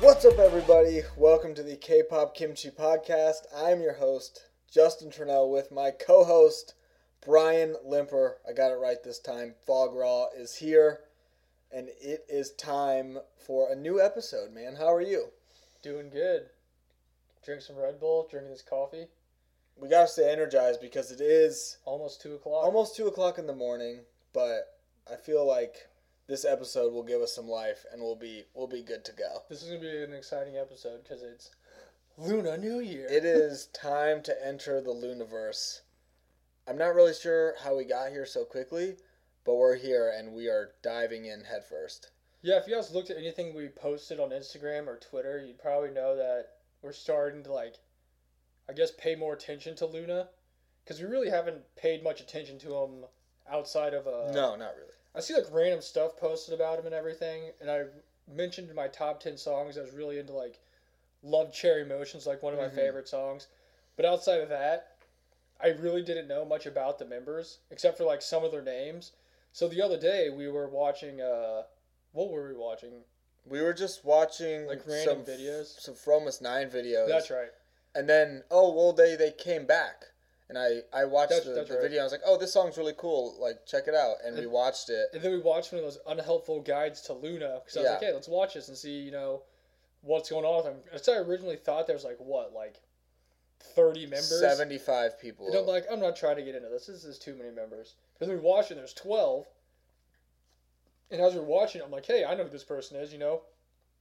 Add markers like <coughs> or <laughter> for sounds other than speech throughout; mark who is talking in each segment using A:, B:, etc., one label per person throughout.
A: What's up, everybody? Welcome to the K pop kimchi podcast. I'm your host, Justin Turnell, with my co host, Brian Limper. I got it right this time. Fog Raw is here, and it is time for a new episode, man. How are you?
B: Doing good. Drink some Red Bull, drinking this coffee.
A: We gotta stay energized because it is
B: Almost two o'clock.
A: almost 2 o'clock in the morning, but I feel like. This episode will give us some life, and we'll be we'll be good to go.
B: This is gonna be an exciting episode because it's Luna New Year.
A: It is time to enter the Luniverse. I'm not really sure how we got here so quickly, but we're here and we are diving in headfirst.
B: Yeah, if you guys looked at anything we posted on Instagram or Twitter, you'd probably know that we're starting to like, I guess, pay more attention to Luna, because we really haven't paid much attention to him outside of uh, a.
A: no, not really.
B: I see like random stuff posted about him and everything, and I mentioned in my top ten songs I was really into like Love Cherry Motions, like one of
A: Mhm.
B: my favorite songs. But outside of that, I really didn't know much about the members except for like some of their names. So the other day we were watching uh what were we watching?
A: We were just watching
B: Like random videos?
A: some From Us Nine videos.
B: That's right.
A: And then oh well, they they came back, and I I watched
B: That's-
A: the,
B: that's
A: the
B: right.
A: video. I was like, oh, this song's really cool. Like check it out, and we
B: And-
A: watched it.
B: And then we watched one of those unhelpful guides to Luna because I was like,
A: Yeah.
B: hey, let's watch this and see, you know, what's going on with him. 'Cause I originally thought there was like what, like thirty members.
A: Seventy five people.
B: And I'm like, I'm not trying to get into this. This is too many members. Because we watched it, there's 12. And as we're watching it, I'm like, hey, I know who this person is, you know?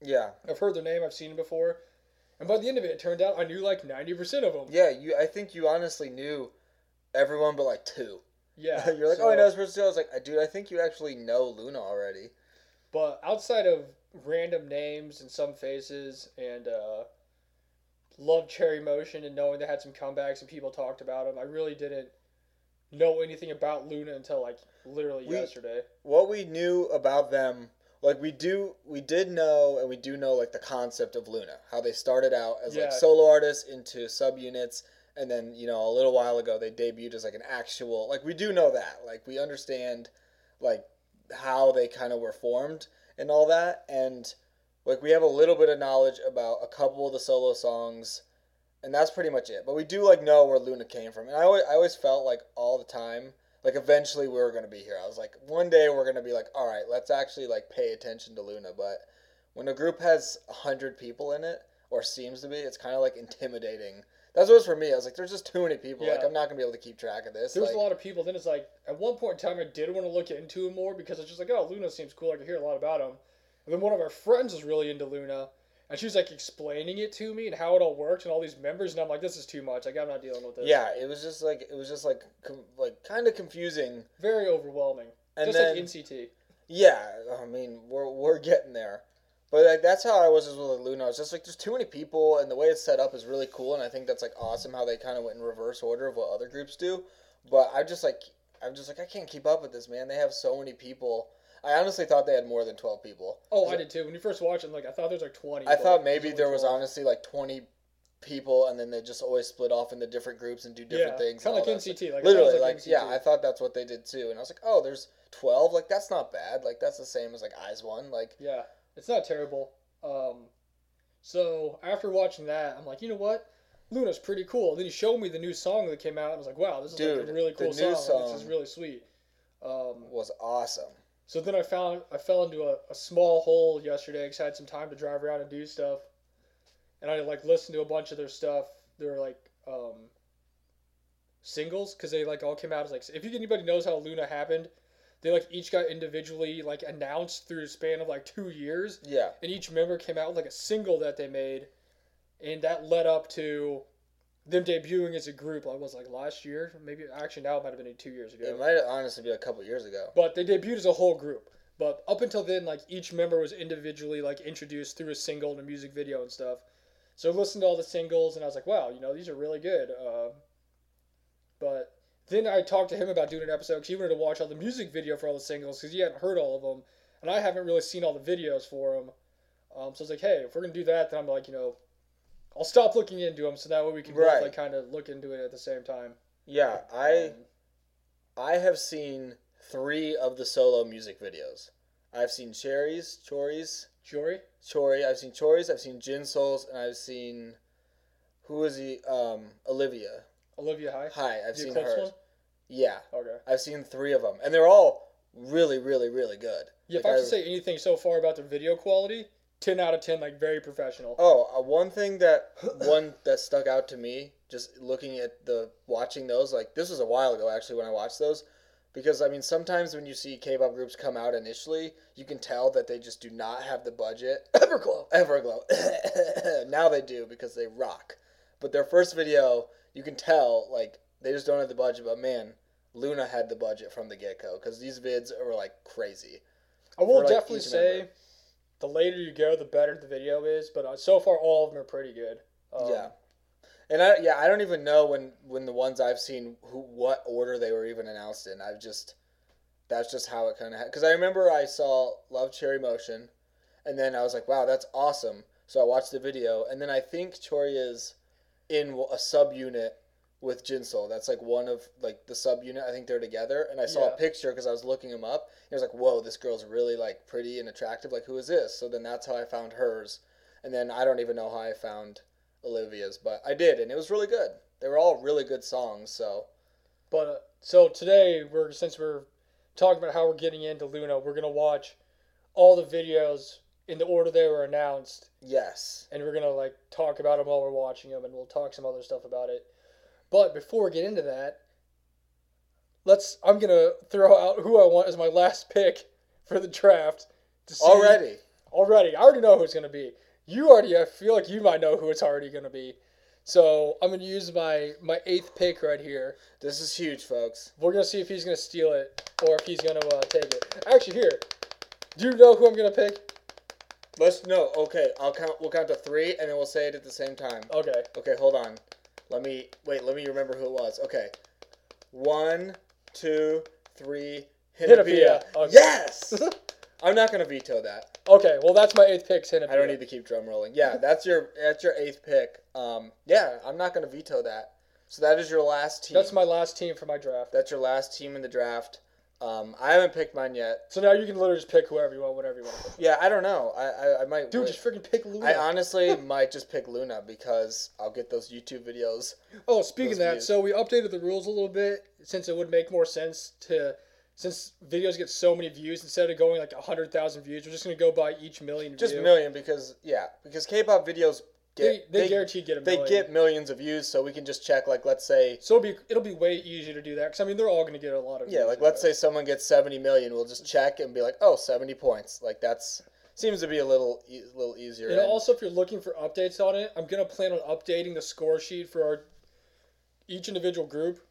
A: yeah,
B: I've heard their name, I've seen it before. And by the end of it, it turned out I knew like 90% of them.
A: yeah. You I think you honestly knew everyone but like two. <laughs>
B: Yeah.
A: You're like,
B: so-
A: oh, I know this person. too." I was like, "Uh, dude, I think you actually know Luna already.
B: But outside of random names and some faces and uh, love Cherry Motion and knowing they had some comebacks and people talked about them, I really didn't know anything about Luna until like literally
A: We-
B: yesterday.
A: What we knew about them, like we do, we did know, and we do know like the concept of Luna, how they started out as like
B: Yeah.
A: solo artists into subunits, and then you know a little while ago they debuted as like an actual. Like we do know that. Like we understand, like how they kind of were formed and all that, and like we have a little bit of knowledge about a couple of the solo songs and that's pretty much it but we do like know where luna came from and i always, I always felt like all the time like eventually we were going to be here i was like one day we're going to be like all right let's actually like pay attention to luna but when a group has 100 people in it or seems to be it's kind of like intimidating that's what it was for me i was like there's just too many people like
B: Yeah.
A: i'm not going to be able to keep track of this
B: There was
A: like,
B: a lot of people. Then it's like at one point in time, I did want to look into him more because it's just like, oh, Luna seems cool. I could hear a lot about him. And then one of our friends was really into Luna, and she was like explaining it to me and how it all worked and all these members. And I'm like, this is too much. Like I'm not dealing with this.
A: yeah it was just like it was just like com- like kind of confusing
B: very overwhelming.
A: and
B: just
A: then
B: like NCT.
A: Yeah, I mean, we're we're getting there. But like that's how I was as well with Luna. It's just like there's too many people, and the way it's set up is really cool, and I think that's like awesome how they kind of went in reverse order of what other groups do. But I just like I'm just like I can't keep up with this, man. They have so many people. I honestly thought they had more than twelve people.
B: Oh, I
A: So-
B: did too. When you first watched it, I'm like I thought there was like 20.
A: I
B: but
A: thought
B: there's
A: maybe
B: only
A: there was
B: 12.
A: honestly like twenty people, and then they just always split off into different groups and do different
B: yeah,
A: things. and
B: Kind
A: all
B: of like
A: that stuff.
B: NCT. Like I thought it was
A: Literally, like,
B: NCT.
A: yeah, I thought that's what they did too, and I was like, oh, there's twelve, like that's not bad, like that's the same as like Eyes One, like
B: Yeah, it's not terrible. Um, so after watching that, I'm like, you know what? Luna's pretty cool. And then you showed me the new song that came out, and I was like, wow, this is like
A: Dude,
B: a really
A: the
B: cool
A: new
B: song. Like, This
A: song-
B: is really sweet. Um,
A: was awesome.
B: so then I found I fell into a, a small hole yesterday because I had some time to drive around and do stuff, and I like listened to a bunch of their stuff. They're like um, singles because they like all came out as like if anybody knows how Luna happened, they like each got individually like announced through the span of like two years
A: Yeah,
B: and each member came out with like a single that they made, and that led up to them debuting as a group. Like was it, like last year, maybe actually now it might have been two years ago.
A: it might honestly be a couple years ago.
B: But they debuted as a whole group. But up until then, like each member was individually like introduced through a single and a music video and stuff. So I listened to all the singles and I was like, wow, you know, these are really good. Um, but then I talked to him about doing an episode because he wanted to watch all the music video for all the singles because he hadn't heard all of them and I haven't really seen all the videos for them. Um, so I was like, hey, if we're gonna do that, then I'm like, you know, I'll stop looking into them so that way we can both
A: Right.
B: like kind of look into it at the same time.
A: Yeah, I
B: Um,
A: I have seen three of the solo music videos. I've seen Cherries, Chories,
B: Jory?
A: Chori. I've seen Chori's. I've seen Jin Souls, and I've seen who is he? Um, Olivia.
B: Olivia High?
A: Hi. I've
B: The
A: seen
B: Eclipse
A: her. Yeah,
B: one? Okay.
A: I've seen three of them, and they're all really, really, really good.
B: Yeah, if
A: Like,
B: I have to say anything so far about the video quality, 10 out of 10, like very professional.
A: Oh, uh, one thing that one that stuck out to me just looking at the watching those like this was a while ago actually when I watched those because I mean sometimes when you see K-pop groups come out initially you can tell that they just do not have the budget <coughs> Everglow Everglow <coughs> now they do because they rock but their first video you can tell like they just don't have the budget but man Luna had the budget from the get-go because these vids were like crazy
B: I will
A: for, like,
B: definitely
A: each
B: say
A: member.
B: the later you go, the better the video is, but uh, so far all of them are pretty good. Um,
A: Yeah. And I yeah, I don't even know when when the ones I've seen who what order they were even announced in. I've just that's just how it kind of because I remember I saw Love Cherry Motion, and then I was like, wow, that's awesome. So I watched the video, and then I think Choria's in a subunit with Jinsol. That's like one of like the subunit. I think they're together, and I saw
B: Yeah.
A: a picture because I was looking them up. And I was like, whoa, this girl's really like pretty and attractive. Like, who is this? So then that's how I found hers, and then I don't even know how I found Olivia's, but I did, and it was really good. They were all really good songs. So
B: But uh, so today we're since we're talking about how we're getting into Luna, we're gonna watch all the videos in the order they were announced,
A: yes,
B: and we're gonna like talk about them while we're watching them, and we'll talk some other stuff about it. But before we get into that, let's I'm gonna throw out who I want as my last pick for the draft. To see,
A: already
B: already, I already know who it's gonna be. You already, I feel like you might know who it's already gonna be. So I'm gonna use my my eighth pick right here.
A: this is huge, folks.
B: We're gonna see if he's gonna steal it or if he's gonna uh, take it. Actually, here, do you know who I'm gonna pick?
A: Let's no. Okay, I'll count. We'll count to three, and then we'll say it at the same time.
B: Okay,
A: Okay, hold on. Let me wait. Let me remember who it was. Okay, one, two, three. Hinapia.
B: Hinapia. Okay.
A: Yes.
B: <laughs>
A: I'm not gonna veto that.
B: okay. Well, that's my eighth pick, Sinapia.
A: I don't need to keep drum rolling. Yeah, that's your that's your eighth pick. Um, yeah, I'm not gonna veto that. So that is your last team.
B: That's my last team for my draft.
A: That's your last team in the draft. Um, I haven't picked mine yet.
B: So now you can literally just pick whoever you want, whatever you want.
A: Yeah, I don't know. I I, I might.
B: Dude,
A: wait.
B: just freaking pick Luna.
A: I honestly might just pick Luna because I'll get those YouTube videos.
B: oh, speaking of
A: those
B: that,
A: views.
B: so we updated the rules a little bit since it would make more sense to. Since videos get so many views, instead of going like hundred thousand views, we're just gonna go by each million.
A: Just
B: view.
A: million because yeah, because K-pop videos
B: They,
A: get
B: they,
A: they,
B: guarantee get a
A: they
B: million.
A: get millions of views, so we can just check like let's say
B: so it'll be it'll be way easier to do that because I mean they're all gonna get a lot of
A: yeah,
B: views
A: like
B: anyway.
A: let's say someone gets 70 million, we'll just check and be like, "Oh, 70 points." Like that's seems to be a little e- little easier.
B: And
A: and-
B: also, if you're looking for updates on it, I'm gonna plan on updating the score sheet for our each individual group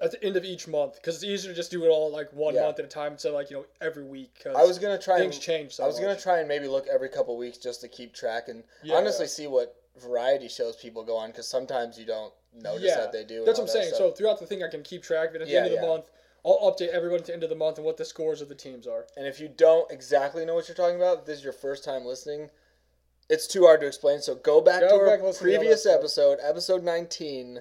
B: at the end of each month because it's easier to just do it all like one
A: Yeah.
B: month at a time instead of like you know every week. 'cause
A: I was going to try and
B: things change. So
A: I was gonna
B: much.
A: try and maybe look every couple weeks just to keep track and
B: Yeah.
A: honestly see what variety shows people go on because sometimes you don't notice
B: Yeah.
A: that they do. and
B: That's
A: all
B: what I'm
A: that
B: saying.
A: stuff.
B: So throughout the thing, I can keep track of it at
A: Yeah,
B: the end of the
A: yeah.
B: month. I'll update everyone at the end of the month and what the scores of the teams are. <laughs>
A: and if you don't exactly know what you're talking about, if this is your first time listening. It's too hard to explain, so go back
B: Go
A: to our
B: back and listen to all that
A: previous
B: stuff.
A: episode, episode 19,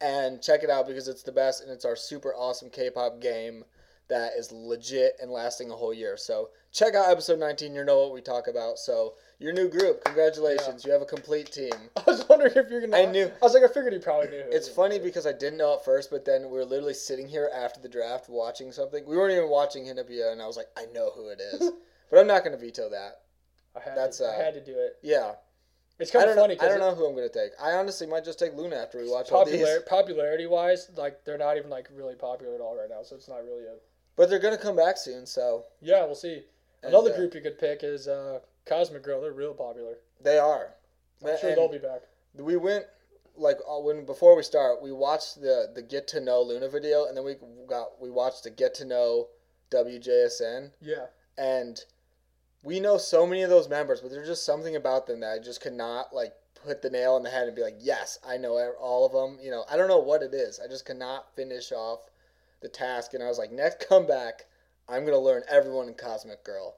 A: and check it out because it's the best and it's our super awesome K-pop game that is legit and lasting a whole year. So check out episode 19. You know what we talk about. So your new group, congratulations, you have a complete team.
B: I was wondering if you're gonna.
A: I knew-
B: I was like, I figured he probably knew. who it
A: It's
B: was.
A: funny because I didn't know at first, but then we were literally sitting here after the draft watching something. We weren't even watching Hinapia, and I was like, I know who it
B: <laughs>
A: is. but I'm not going to veto that.
B: I had,
A: that's,
B: to,
A: uh,
B: I had to do it.
A: Yeah.
B: It's
A: I
B: kind
A: don't,
B: of
A: know,
B: funny.
A: I
B: 'cause
A: don't
B: it-
A: know who I'm going to take. I honestly might just take Luna after we watch all these.
B: popular popularity wise, like they're not even like really popular at all right now, so it's not really a
A: But they're going to come back soon, so
B: yeah. We'll see.
A: And,
B: Another
A: uh,
B: group you could pick is uh, Cosmic Girl. They're real popular.
A: they are.
B: I'm sure
A: And
B: they'll be back.
A: we went like uh, when before we start, we watched the the get to know Luna video, and then we got we watched the get to know WJSN.
B: Yeah,
A: and we know so many of those members, but there's just something about them that I just could not like put the nail on the head and be like, yes, I know e-, all of them. You know, I don't know what it is. I just could not finish off the task, and I was like, next comeback, I'm gonna learn everyone in Cosmic Girl.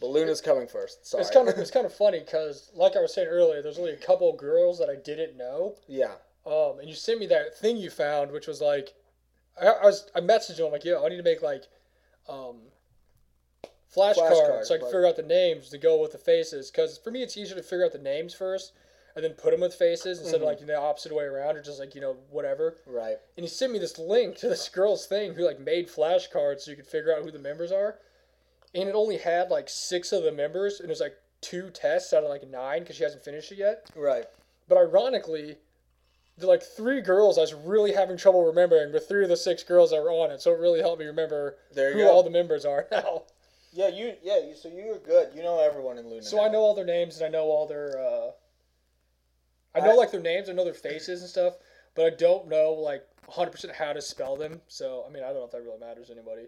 A: But Luna's coming first. Sorry.
B: it's kind of it's kind of funny because like I was saying earlier, there's only a couple girls that I didn't know.
A: <laughs> yeah,
B: Um, and you sent me that thing you found, which was like, I, I was I messaged him I'm like, yo, I need to make like, um, flashcards,
A: Flashcards,
B: so I can
A: but-
B: figure out the names to go with the faces. Because for me, it's easier to figure out the names first and then put them with faces instead
A: Mhm.
B: of like the opposite way around or just like you know whatever.
A: Right.
B: And he sent me this link to this girl's thing who like made flashcards so you could figure out who the members are, and it only had like six of the members, and it was like two tests out of like nine because she hasn't finished it yet.
A: Right.
B: But ironically, the like three girls I was really having trouble remembering, but three of the six girls that were on it, so it really helped me remember
A: There you
B: who
A: go.
B: all the members are <laughs> now.
A: yeah, you. Yeah, you, so you were good. You know everyone in Luna.
B: So I know all their names and I know all their uh I
A: I-
B: know like their names, I know their faces and stuff, but I don't know like 100% how to spell them. So I mean, I don't know if that really matters to anybody.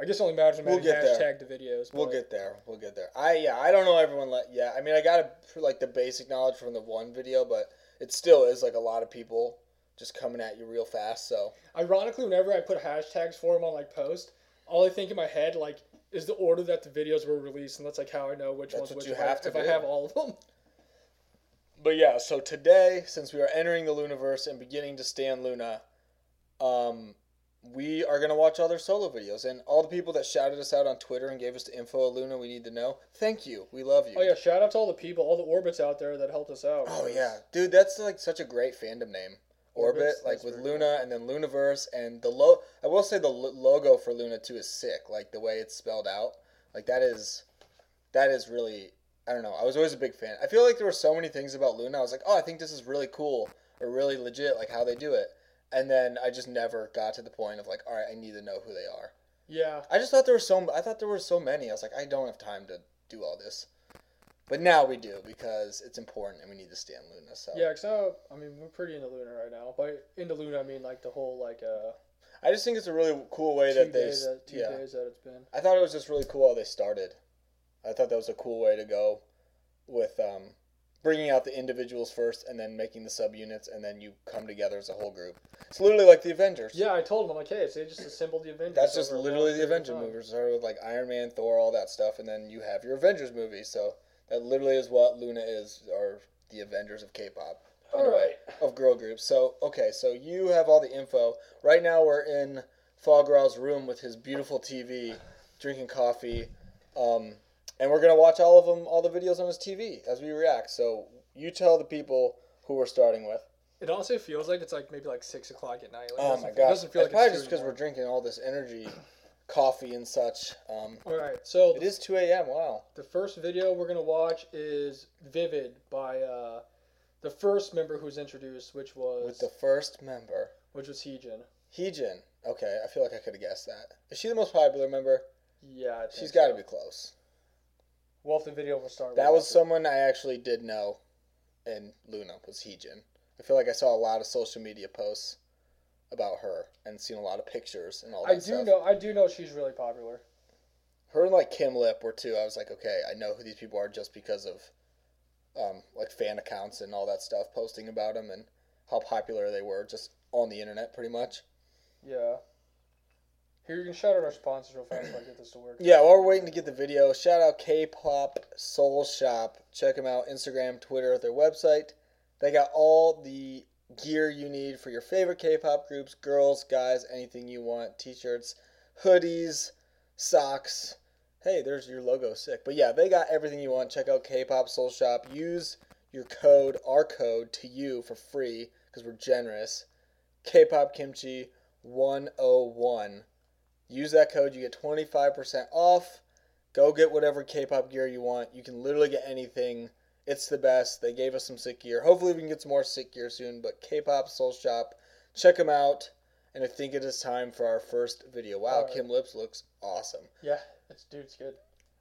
B: I guess it only matters when
A: We'll
B: we'll
A: get there.
B: hashtag the videos.
A: We'll
B: but-
A: get there. We'll get there. I yeah. I don't know everyone. Like yeah. I mean, I got a, like the basic knowledge from the one video, but it still is like a lot of people just coming at you real fast. So
B: Ironically, whenever I put hashtags for them on like post, all I think in my head like is the order that the videos were released, and that's like how I know which
A: That's
B: ones
A: what
B: which
A: you
B: one,
A: have to
B: if
A: do.
B: I have all of them.
A: But yeah, so today, since we are entering the Luniverse and beginning to stand Luna, um, we are gonna watch all their solo videos and all the people that shouted us out on Twitter and gave us the info of Luna we need to know. Thank you. We love you.
B: Oh yeah, shout out to all the people, all the orbits out there that helped us out.
A: Oh yeah. Dude, that's like such a great fandom name. Orbit,
B: Orbits,
A: like
B: that's
A: with
B: very
A: Luna and then Luniverse and the lo I will say the lo- logo for Luna too is sick, like the way it's spelled out. Like that is that is really I don't know. I was always a big fan. I feel like there were so many things about Luna. I was like, "Oh, I think this is really cool or really legit like how they do it." And then I just never got to the point of like, "All right, I need to know who they are."
B: Yeah.
A: I just thought there were so I thought there were so many. I was like, "I don't have time to do all this." But now we do because it's important and we need to stand Luna. So
B: Yeah, because now, I mean, we're pretty into Luna right now. By into Luna, I mean like the whole like uh,
A: I just think it's a really cool way
B: two,
A: that they.
B: days, that, two
A: yeah.
B: days that it's been.
A: I thought it was just really cool how they started. I thought that was a cool way to go with um, bringing out the individuals first and then making the subunits and then you come together as a whole group. It's literally like the Avengers.
B: Yeah, I told him, I'm like, hey, so they just assembled the Avengers.
A: That's just
B: over a long
A: literally the
B: period of
A: Avengers
B: time.
A: movie. It started with like Iron Man, Thor, all that stuff, and then you have your Avengers movie. So that literally is what Luna is, or the Avengers of K-pop,
B: All right.
A: of girl groups. So okay, so you have all the info. Right now, we're in Fogral's room with his beautiful TV, drinking coffee, um, and we're gonna watch all of them, all the videos on his TV as we react. So you tell the people who we're starting with.
B: It honestly feels like it's like maybe like six o'clock at night. Like, it
A: Oh
B: doesn't-
A: my
B: It
A: gosh!
B: doesn't feel
A: it's
B: like
A: probably
B: it's
A: just because we're drinking all this energy, coffee and such. Um,
B: All right, so
A: it is 2 a.m. Wow.
B: The first video we're gonna watch is "Vivid" by uh, the first member who was introduced, which was
A: With the first member,
B: which was Heejin.
A: Heejin. Okay, I feel like I could have guessed that. Is she the most popular member?
B: Yeah, I
A: She's
B: think
A: got to
B: so.
A: be close.
B: We'll have the video will start.
A: That
B: with
A: was someone I actually did know, and Luna was Heejin. I feel like I saw a lot of social media posts about her and seen a lot of pictures and all that
B: I do
A: stuff.
B: know. I do know she's really popular.
A: Her and like Kim Lip were two. I was like, okay, I know who these people are just because of, um, like fan accounts and all that stuff posting about them and how popular they were just on the internet, pretty much.
B: Yeah. Here you can shout out our sponsors real fast while I get this to work.
A: Yeah, while we're waiting to get the video, shout out K-pop Soul Shop. Check them out Instagram, Twitter, their website. They got all the gear you need for your favorite K-pop groups, girls, guys, anything you want, t-shirts, hoodies, socks. Hey, there's your logo sick. But yeah, they got everything you want. Check out K-pop Soul Shop. Use your code, our code to you for free cuz we're generous. K-pop kimchi 101 Use that code, you get 25% off. Go get whatever K pop gear you want. You can literally get anything. It's the best. They gave us some sick gear. Hopefully, we can get some more sick gear soon. But K pop Soul Shop, check them out. And I think it is time for our first video. Wow,
B: Alright.
A: Kim Lips looks awesome.
B: Yeah, it's dude's good.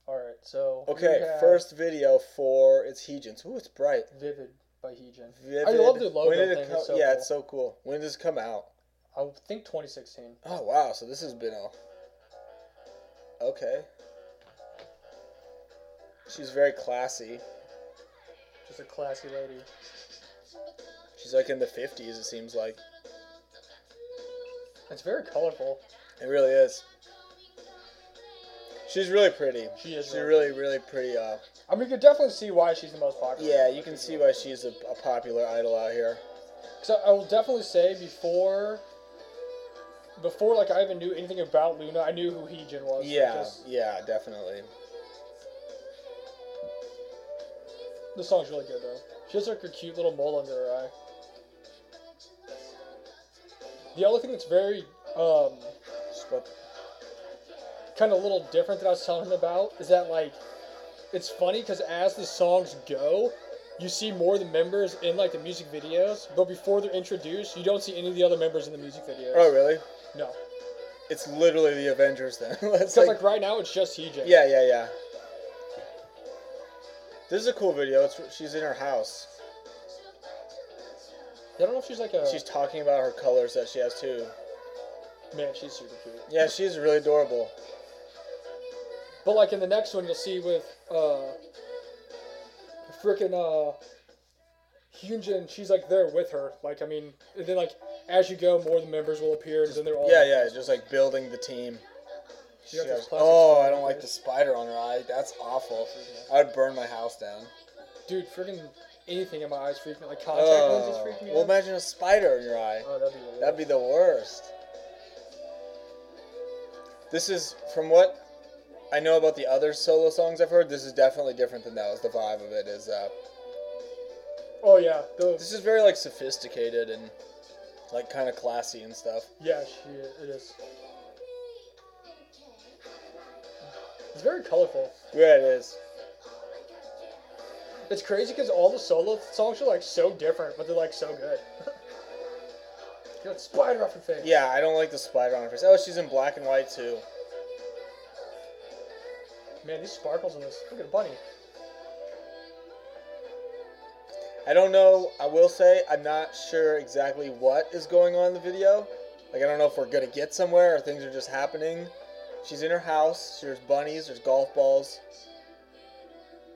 B: All right, so here
A: Okay,
B: we have
A: first video for it's Heejin's. Ooh, it's bright.
B: "Vivid" by Heejin.
A: Vivid.
B: love the logo thing,
A: come-
B: it's so
A: yeah,
B: cool.
A: it's so cool. When does it come out?
B: I think 2016.
A: Oh wow, so this has been a Okay. She's very classy.
B: Just a classy lady.
A: She's like in the fifties it seems like.
B: It's very colorful.
A: It really is. She's really pretty.
B: She is
A: She's a
B: really
A: really, really pretty uh
B: I mean, you can definitely see why she's the most popular.
A: yeah, you can see why she's a, a popular idol out here.
B: So I will definitely say before, before like I even knew anything about Luna, I knew who Heejin was.
A: Yeah,
B: Oh, Just-
A: yeah, definitely.
B: The song's really good though. She has like a cute little mole under her eye. The other thing that's very um,
A: Scorp-
B: kind of a little different that I was telling him about is that like it's funny because as the songs go, you see more of the members in like the music videos, but before they're introduced, you don't see any of the other members in the music videos.
A: Oh, really?
B: No,
A: It's literally the Avengers then. <laughs> That's
B: because like, right now it's just CJ.
A: yeah, yeah, yeah. This is a cool video. It's, she's in her house.
B: I don't know if she's like a
A: She's talking about her colors that she has too.
B: man. She's super cute.
A: Yeah, she's really adorable.
B: But like in the next one, you'll see with uh, freaking uh, Hyunjin, she's like there with her. Like I mean, and then like as you go, more of the members will appear, and then they're all
A: Yeah, yeah, just like building the team.
B: She got those
A: She-
B: plastic
A: oh,
B: spider
A: I don't like the
B: fingers.
A: spider on her eye. That's awful. I would burn my house down.
B: Dude, freaking anything in my eyes freaking like contact lenses
A: Oh,
B: freaking me
A: well,
B: out.
A: imagine a spider in your eye.
B: Oh, that'd be the
A: That'd be the worst. This is from what I know about the other solo songs I've heard. This is definitely different than that. Was the vibe of it is uh,
B: Oh yeah, the,
A: this is very like sophisticated and like kind of classy and stuff.
B: yeah, she it is. It's very colorful.
A: Yeah, it is.
B: It's crazy because all the solo songs are like so different, but they're like so good. <laughs> Got spider off her face.
A: Yeah, I don't like the spider on her face. Oh, she's in black and white too.
B: Man, these sparkles on this. Look at the bunny.
A: I don't know. I will say I'm not sure exactly what is going on in the video. Like I don't know if we're gonna get somewhere or things are just happening. She's in her house. There's bunnies. There's golf balls.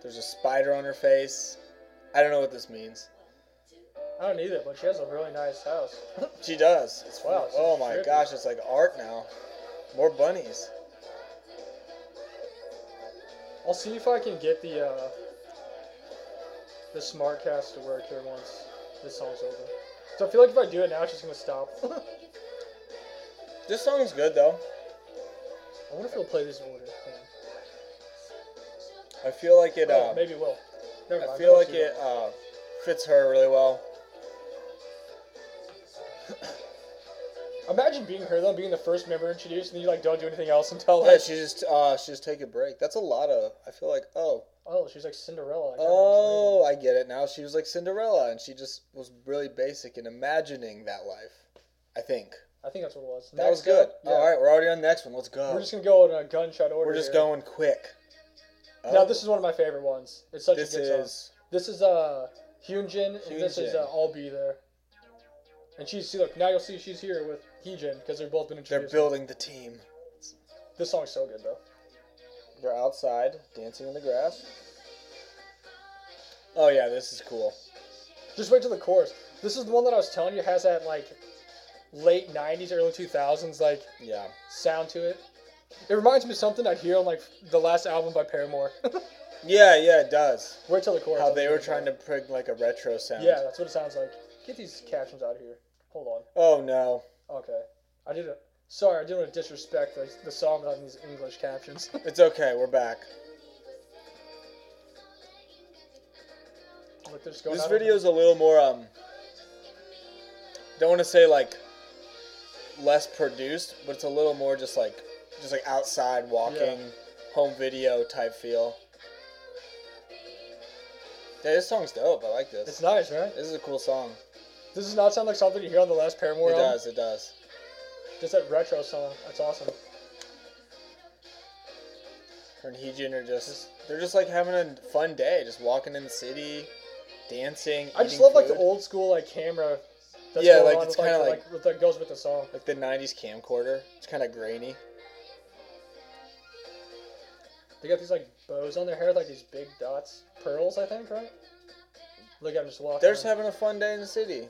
A: There's a spider on her face. I don't know what this means.
B: I don't either, but she has a really nice house. <laughs>
A: She does. It's
B: Wow, so
A: oh my
B: trippy.
A: gosh, it's like art now. More bunnies.
B: I'll see if I can get the uh, the smartcast to work here once this song's over. So I feel like if I do it now, it's just gonna stop. <laughs> I
A: This song's good though.
B: wonder if it'll play these in order. Hmm.
A: I feel like it.
B: Oh,
A: Uh,
B: maybe it will. Never mind.
A: I feel
B: I'll
A: like
B: see
A: it uh, fits her really well.
B: Imagine being her though, being the first member introduced, and then you like don't do anything else until
A: Yeah,
B: like.
A: she Oh, just uh, she just take a break. That's a lot of. I feel like oh.
B: Oh, she's like Cinderella. I got my
A: Oh, I get it now. She was like Cinderella, and she just was really basic in imagining that life. I think
B: dream. I think that's what it was.
A: that
B: Next
A: was good.
B: up, Yeah.
A: All right, we're already on the next one. Let's go.
B: We're just gonna go in a gunshot order. here.
A: going quick. Oh,
B: Now this is one of my favorite ones. It's such
A: this
B: a good song.
A: is
B: This is uh Hyunjin, and this is uh,
A: Hyunjin.
B: I'll be there. And she's see look now you'll see she's here with Heejin because they've both been
A: they're
B: introduced.
A: building the team.
B: This song's so good though.
A: They're outside dancing in the grass. Oh yeah, this is cool.
B: Just wait till the chorus. This is the one that I was telling you has that like late '90s, early 2000s like
A: Yeah,
B: sound to it. It reminds me of something I hear on like the last album by Paramore. <laughs>
A: yeah, yeah. It does.
B: wait till the chorus.
A: How
B: I'll
A: they
B: give
A: were
B: it
A: trying to
B: more.
A: bring like a retro sound.
B: Yeah, that's what it sounds like. Get these captions out of here. Hold on.
A: Oh no.
B: Okay. I didn't. Sorry, I didn't want to disrespect the, the song on these English captions. <laughs>
A: It's okay. We're back.
B: Look, they're just going
A: this
B: out on-
A: video is a little more um don't want to say like less produced but it's a little more just like just like outside walking home video type feel yeah this song's dope i like this
B: It's nice, right?
A: this is a cool song
B: This does not sound like something you hear on the last Paramore
A: it
B: album.
A: does it does
B: Just that retro song. That's awesome.
A: her and heejin are just they're just like having a fun day just walking in the city dancing
B: I just
A: eating
B: love like the
A: food.
B: old school like camera. That's
A: Yeah,
B: going
A: like,
B: on
A: it's
B: with,
A: kinda
B: the,
A: like-
B: with, that goes with the song.
A: like the 90s camcorder it's kind of grainy
B: They got these like bows on their hair, like these big dots, pearls, I think, right? Look, I'm just walking.
A: They're just having a fun day in the city.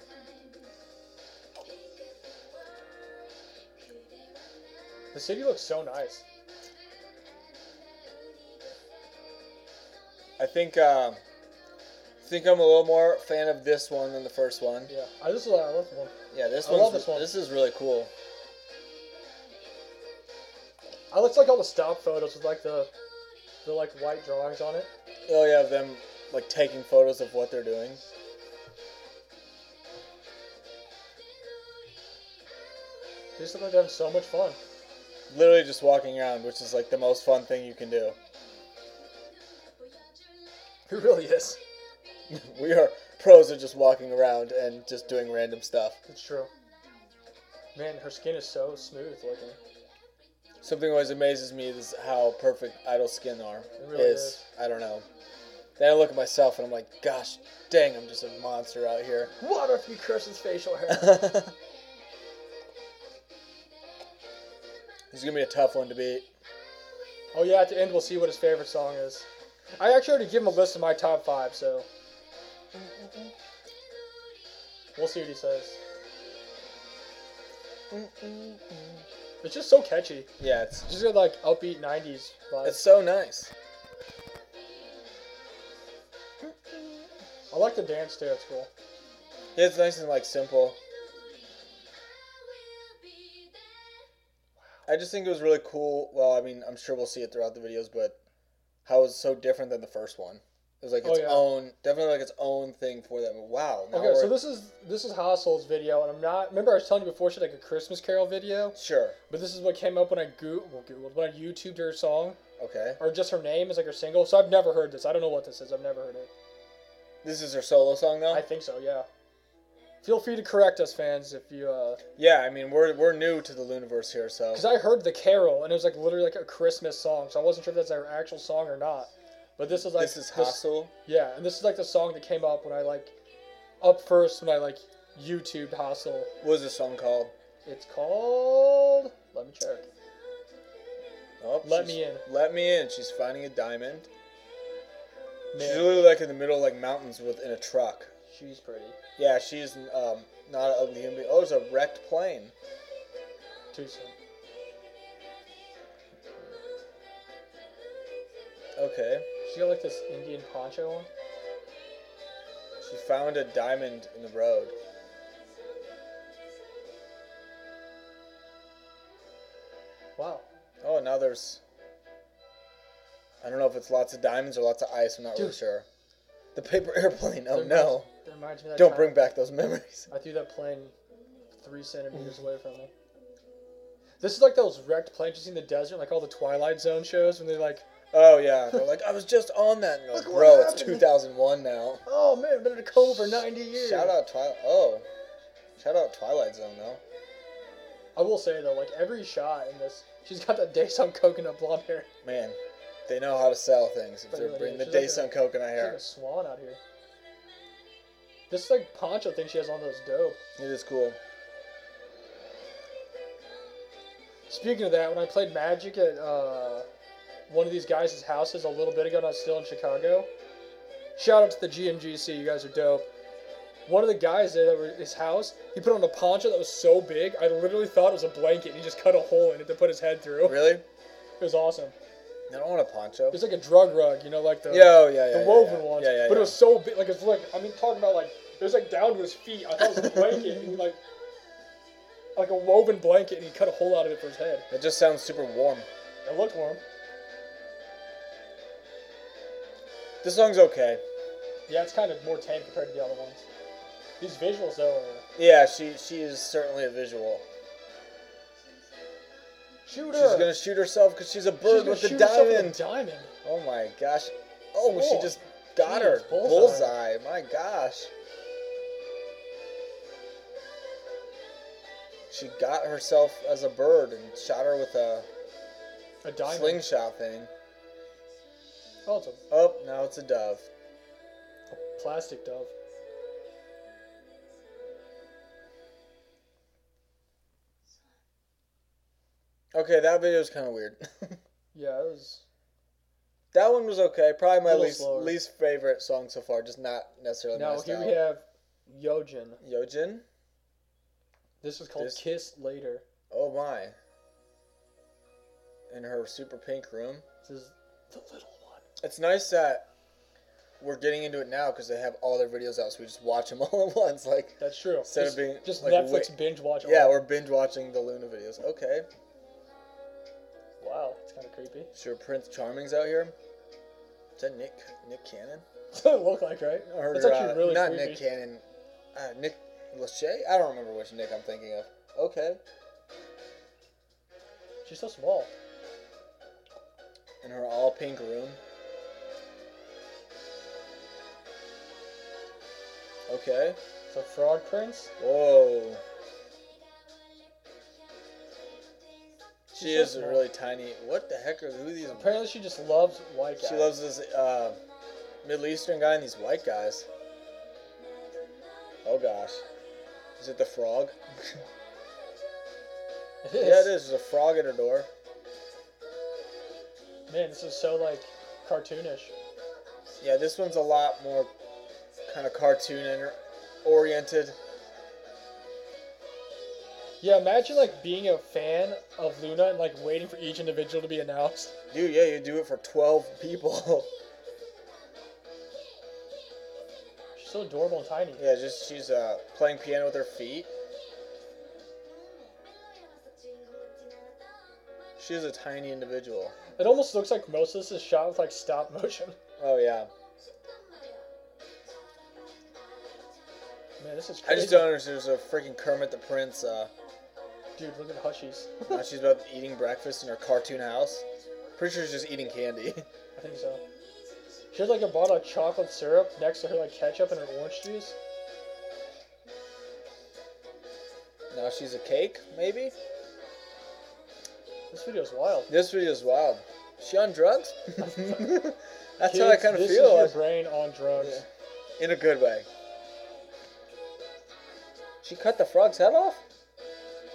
B: the city looks so nice.
A: I think um, I think I'm a little more fan of this one than the first one.
B: Yeah, I just love, I love the one.
A: Yeah, this
B: I
A: one's-
B: love this one.
A: This is really cool.
B: I looks like all the stop photos with like the the like white drawings on it.
A: Oh yeah, of them like taking photos of what they're doing.
B: These look like they're having so much fun. <laughs>
A: Literally just walking around, which is like the most fun thing you can do. <laughs>
B: It really is.
A: we are pros are just walking around and just doing random stuff.
B: It's true. Man, her skin is so smooth looking.
A: Something always amazes me is how perfect idol skin are.
B: It really is.
A: I don't know. Then I look at myself and I'm like, gosh, dang, I'm just a monster out here.
B: What if you curse his
A: <laughs>
B: facial hair?
A: It's gonna be a tough one to beat.
B: oh yeah, at the end we'll see what his favorite song is. I actually already gave him a list of my top five, so we'll see what he says. It's just so catchy.
A: Yeah, it's
B: It's just got like upbeat '90s vibes.
A: it's so nice.
B: I like the dance too. It's cool.
A: It's nice and like simple. I just think it was really cool. Well, I mean, I'm sure we'll see it throughout the videos, but how it's so different than the first one. It was like
B: Oh,
A: its
B: yeah.
A: own, definitely like its own thing for them. Wow. now
B: Okay, so
A: we're-
B: this is this is Hassel's video, and I'm not. Remember, I was telling you before she had like a Christmas Carol video,
A: sure.
B: but this is what came up when I goo- well, googled when I YouTubed her song
A: Okay.
B: or just her name is like her single. So I've never heard this. I don't know what this is. I've never heard it.
A: This is her solo song though.
B: I think so. Yeah. Feel free to correct us, fans, if you. uh
A: yeah, I mean, we're we're new to the Luniverse here, so
B: Because I heard the Carol, and it was like literally like a Christmas song, so I wasn't sure if that's her actual song or not. But this is like
A: this is Hustle.
B: Yeah, and this is like the song that came up when I like up first when I like YouTubed Hostel.
A: What is this song called?
B: It's called. Let me check.
A: Oh,
B: Let
A: she's-
B: me in.
A: Let me in. She's finding a diamond. She's
B: Man,
A: literally like in the middle of like mountains with in a truck.
B: she's pretty.
A: Yeah, she's um not an ugly human being. Oh, it's a wrecked plane.
B: Too soon.
A: Okay.
B: She got like this Indian poncho on.
A: She found a diamond in the road.
B: Wow.
A: Oh, now there's. I don't know if it's lots of diamonds or lots of ice. I'm not really
B: Dude.
A: sure. The paper <laughs> airplane. Oh
B: That
A: no!
B: reminds- That reminds me of that
A: Don't
B: time
A: bring back those memories.
B: I threw that plane three centimeters away from me. This is like those wrecked planes you see in the desert, like all the Twilight Zone shows when they're like,
A: Oh yeah, they're like I was just on that. And you're like,
B: Look what
A: Bro, it's
B: happened."
A: 2001 now.
B: "Oh man, I've been in a coma for ninety years."
A: Shout out Twilight. Oh, shout out Twilight Zone though.
B: I will say though, like every shot in this, she's got that day some coconut blonde hair.
A: Man, they know how to sell things. If
B: But
A: they're
B: really,
A: bringing the
B: she's like
A: day
B: a-
A: sun coconut
B: She's like
A: hair,
B: a swan out here. This like poncho thing she has on those dope.
A: it is cool.
B: Speaking of that, when I played Magic at uh, one of these guys' houses a little bit ago, and I was still in Chicago. Shout out to the GMGC, you guys are dope. One of the guys there that were at his house, he put on a poncho that was so big, I literally thought it was a blanket, and he just cut a hole in it to put his head through. It
A: Really?
B: was awesome.
A: I don't want a poncho.
B: It was like a drug rug, you know, like the
A: Yeah, oh, yeah, yeah.
B: uh, the
A: yeah,
B: woven
A: yeah.
B: ones.
A: Yeah, yeah,
B: but
A: yeah.
B: it was so big, like it's like I mean, talking about like it was like down to his feet. I thought it was a blanket, and he, like like a woven blanket, and he cut a hole out of it for his head.
A: It just sounds super warm.
B: It looked warm.
A: This song's okay.
B: Yeah, it's kind of more tame compared to the other ones. These visuals though, are...
A: Yeah, she she is certainly a visual.
B: shoot
A: She's
B: her.
A: gonna shoot herself because she's a
B: She's
A: bird
B: gonna
A: with a
B: shoot herself with a
A: diamond.
B: diamond.
A: Oh my gosh! Oh,
B: Oh,
A: she just got her
B: geez,
A: bullseye.
B: bullseye.
A: My gosh! She got herself as a bird and shot her with a
B: A diamond.
A: slingshot thing.
B: Oh, it's a
A: Oh, now it's a dove.
B: plastic dove.
A: Okay, that video was kind of weird. <laughs>
B: Yeah, it was.
A: that one was okay. Probably my
B: Little
A: least
B: slower.
A: least favorite song so far. Just not necessarily
B: Now
A: my
B: here
A: style.
B: we have Yojin.
A: Yojin.
B: This is called
A: This-
B: Kiss Later.
A: Oh my. In her super pink room.
B: This is the little one.
A: It's nice that we're getting into it now because they have all their videos out, so we just watch them <laughs> all at once. Like,
B: That's true.
A: Instead of
B: just
A: being,
B: just
A: like,
B: Netflix
A: wait-
B: binge watch.
A: yeah,
B: all.
A: we're binge watching the Luna videos. Okay,
B: Oh, Wow, that's kind of creepy. <laughs>
A: sure, Prince Charming's out here. Is that Nick Nick Cannon?
B: That's what it looked like, right?
A: I heard,
B: That's actually
A: uh,
B: really
A: not
B: creepy.
A: Nick Cannon. Uh, Nick Lachey? I don't remember which Nick I'm thinking of. Okay.
B: She's so small.
A: In her all pink room. Okay.
B: It's a fraud prince.
A: Whoa. She
B: She's
A: is
B: so
A: a
B: small.
A: really tiny. What the heck are who are these?
B: Apparently, she just loves white guys.
A: She loves this uh, Middle Eastern guy and these white guys. Oh gosh. Is it the frog?
B: <laughs> It is.
A: Yeah, it is. There's a frog at her door.
B: Man, this is so like cartoonish.
A: Yeah, this one's a lot more kind of cartoon and oriented.
B: Yeah, imagine like being a fan of Luna and like waiting for each individual to be announced.
A: Dude, yeah, you do it for 12 <laughs> people.
B: She's so adorable and tiny.
A: yeah, just she's uh, playing piano with her feet. She's a tiny individual.
B: It almost looks like most of this is shot with like stop motion.
A: Oh, yeah.
B: Man, this is
A: I
B: crazy.
A: just don't understand. There's a freaking Kermit the Prince. Uh,
B: Dude, look at
A: <laughs>
B: Hushies.
A: now she's about eating breakfast in her cartoon house. Pretty sure she's just eating candy. <laughs>
B: I think so. She had like a bottle of chocolate syrup next to her like ketchup and her orange juice.
A: now she's a cake, maybe?
B: This video's wild.
A: This video is wild. She on
B: <laughs>
A: drugs? That's how I
B: Kids,
A: kind of
B: this
A: feel.
B: Is your brain on drugs.
A: Yeah. In a good way. She cut the frog's head off?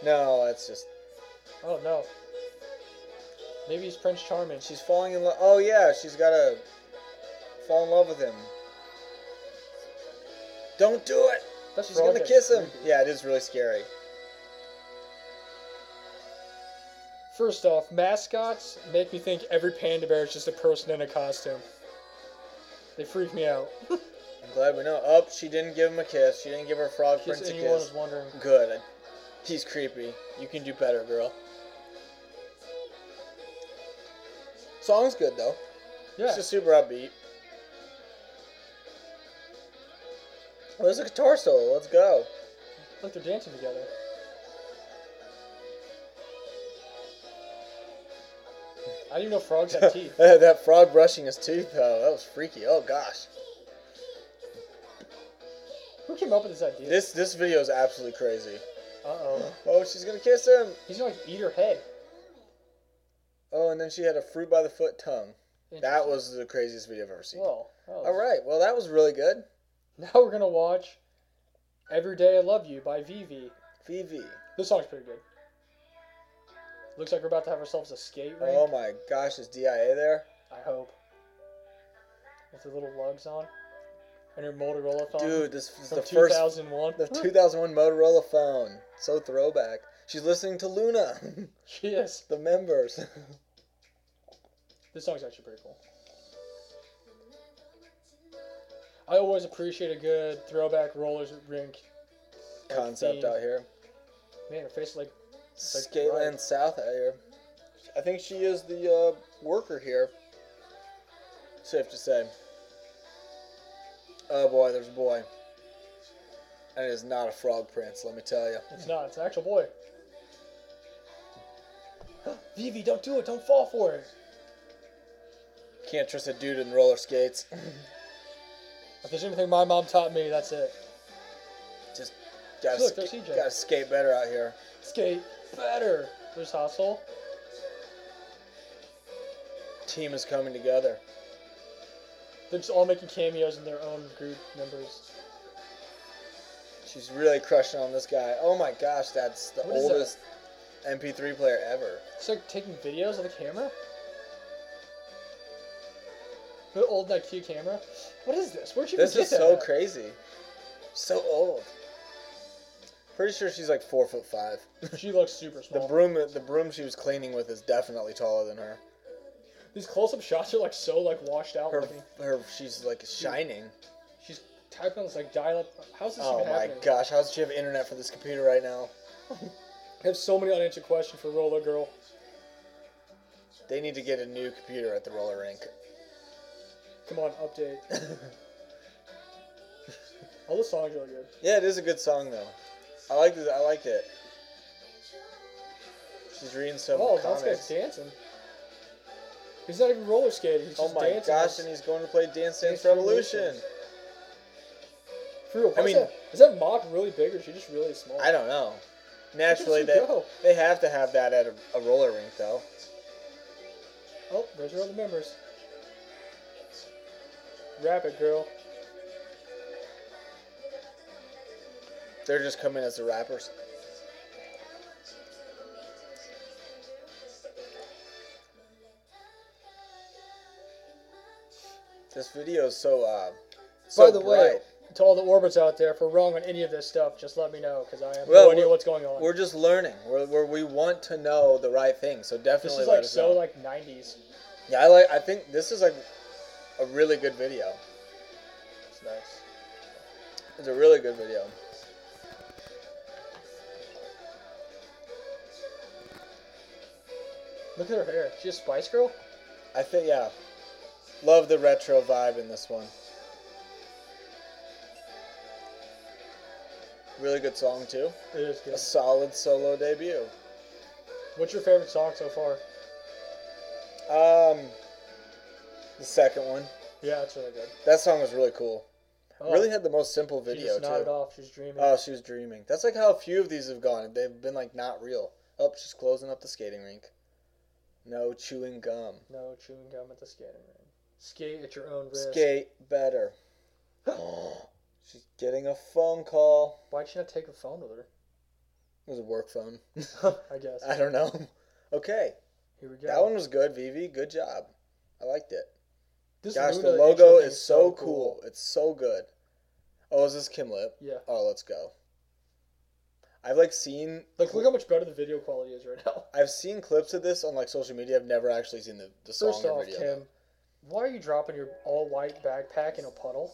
A: No, that's just.
B: Oh no. Maybe he's Prince Charming. She's
A: She's falling in love. Oh, yeah, she's gotta fall in love with him. Don't do it!
B: that's
A: She's gonna kiss him! Yeah, it is really scary.
B: First off, mascots make me think every panda bear is just a person in a costume. They freak
A: <laughs>
B: me out.
A: I'm glad we know. Up, she didn't give him a kiss. She didn't give her frog
B: In
A: prince
B: case
A: a
B: anyone
A: kiss.
B: is wondering.
A: Good. He's creepy. You can do better, girl. Song's good, though.
B: Yeah.
A: It's just super upbeat. Oh, there's a guitar solo. Let's go.
B: Look, they're dancing together. I didn't even know frogs
A: <laughs>
B: have teeth.
A: Yeah, that frog brushing his teeth, though. That was freaky. Oh, gosh.
B: Who came up with this idea?
A: This this video is absolutely crazy.
B: Uh oh.
A: Oh, she's going to kiss him.
B: He's gonna like eat her head.
A: Oh, and then she had a fruit by the foot tongue. That was the craziest video I've ever seen.
B: Whoa. That was-
A: All right. Well, that was really good.
B: <laughs> Now we're gonna watch Every Day I Love You by Vivi.
A: Vivi.
B: This song's pretty good. Looks like we're about to have ourselves a skate rink.
A: Oh, my gosh. Is DIA there?
B: I hope. With her little lugs on. And her Motorola phone.
A: Dude, this is
B: from
A: the first
B: 2001.
A: the 2001 Motorola phone. So throwback. She's listening to Luna.
B: <laughs>
A: <laughs>
B: she is.
A: the members. <laughs>
B: This song's actually pretty cool. I always appreciate a good throwback rollers rink. like,
A: concept
B: theme.
A: out here.
B: Man, her face is like like
A: Skateland
B: right.
A: South out here. I think she is the uh, worker here. Safe to say. Oh boy, there's a boy. And it is not a frog prince, let me tell you.
B: it's not. It's an actual boy. <gasps> Vivi, don't do it. Don't fall for it.
A: Can't trust a dude in roller skates. <laughs>
B: If there's anything my mom taught me, that's it.
A: Just gotta,
B: Look, there's
A: sk-
B: CJ.
A: gotta skate better out here.
B: Skate better. There's hustle.
A: Team is coming together.
B: They're just all making cameos in their own group members.
A: She's really crushing on this guy. Oh my gosh, that's the
B: What is that?
A: oldest MP3 player ever.
B: It's like taking videos of the camera. The old Nokia camera. What is this? Where'd you
A: This
B: even
A: is
B: get
A: so
B: that?
A: crazy. So old. Pretty sure she's like four foot five. <laughs>
B: She looks super
A: The
B: small.
A: broom, the broom she was cleaning with is definitely taller than her.
B: These close-up shots are like so like washed out
A: Her,
B: looking.
A: her, she's like shining.
B: She's typing on this like dial-up. How's this
A: Oh
B: even
A: my
B: happening?
A: gosh, how does she have internet for this computer right now?
B: I have so many unanswered questions for Roller Girl. <laughs>
A: They need to get a new computer at the roller rink.
B: Come on, update. All the songs are good.
A: <laughs> Yeah, it is a good song though. I like this. I like it. She's reading some
B: oh,
A: comics.
B: that guy's dancing. He's not even roller skating. He's
A: oh
B: just
A: my
B: dancing.
A: gosh! And he's going to play Dance Dance
B: Dance
A: Revolution.
B: Revolution. For real,
A: I
B: I
A: mean-
B: mean, that, is that mop really big or is she just really small?
A: I don't know.
B: Where did
A: Naturally,
B: she
A: that
B: go?
A: they have to have that at a, a roller rink though.
B: Oh, those are all the members. Rap it, girl.
A: They're just coming as the rappers. This video is so uh, so
B: By the way,
A: bright.
B: to all the orbits out there, if we're wrong on any of this stuff, just let me know because I have
A: Well,
B: no idea
A: we're-
B: what's going on.
A: We're just learning. We're, we're, we want to know the right thing, so definitely
B: This is
A: let
B: like
A: us
B: so
A: know.
B: like '90s.
A: yeah, I like. I think this is like a really good video.
B: It's nice.
A: It's a really good video.
B: Look at her hair. She's a Spice Girl.
A: I think yeah, love the retro vibe in this one. Really good song too.
B: It is
A: A
B: good.
A: solid solo debut.
B: What's your favorite song so far?
A: Um, the second one.
B: Yeah, it's really good.
A: That song was really cool.
B: Oh,
A: Really had the most simple
B: she
A: video
B: just nodded
A: too.
B: off. She's dreaming.
A: Oh, she was dreaming. That's like how a few of these have gone. They've been like not real. Oh, she's closing up the skating rink. No chewing gum.
B: no chewing gum at the skating ring. Skate at your own risk. <gasps>
A: Skate better. she's getting a phone call.
B: Why'd she not take her
A: <laughs>
B: phone with her?
A: It was a work phone.
B: <laughs>
A: <laughs>
B: I guess.
A: I don't know. Okay,
B: Here we go.
A: that one was good, Vivi. Good job. I liked it.
B: This
A: Gosh,
B: Luda
A: the
B: intro
A: logo
B: thing
A: is so cool. It's so good. Oh, is this Kim Lip?
B: Yeah.
A: Oh, let's go. I've like seen
B: Like, look how much better the video quality is right now. <laughs>
A: I've seen clips of this on like social media. I've never actually seen the, the song
B: First
A: or
B: off,
A: video.
B: Kim, why are you dropping your all white backpack in a puddle?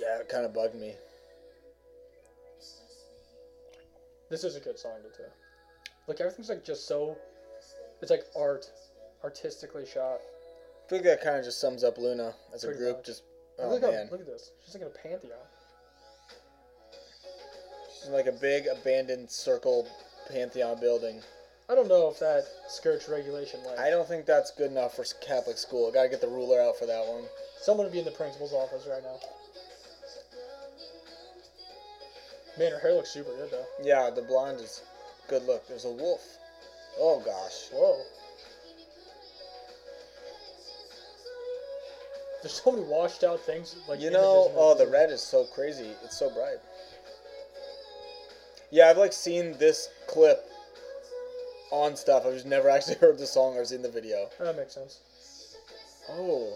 A: Yeah, it kind of bugged me.
B: This is a good song to too. Like everything's like just so, it's like art, artistically shot.
A: I think that kind of just sums up Luna as a
B: Pretty
A: group.
B: much.
A: Just oh
B: look, how,
A: man,
B: look at this. She's like in a pantheon.
A: She's in, like a big abandoned circle pantheon building.
B: I don't know if that skirts regulation. Like
A: I don't think that's good enough for s- Catholic school. Got to get the ruler out for that one.
B: someone would be in the principal's office right now. Man, her hair looks super good though.
A: Yeah, the blonde is good look. There's a wolf. Oh gosh.
B: Whoa. There's so many washed out things like
A: you
B: images
A: know,
B: in
A: oh,
B: this
A: the
B: movie.
A: red is so crazy. It's so bright. Yeah, I've like seen this clip on stuff. I've just never <laughs> actually heard the song or seen the video.
B: That makes sense.
A: Oh,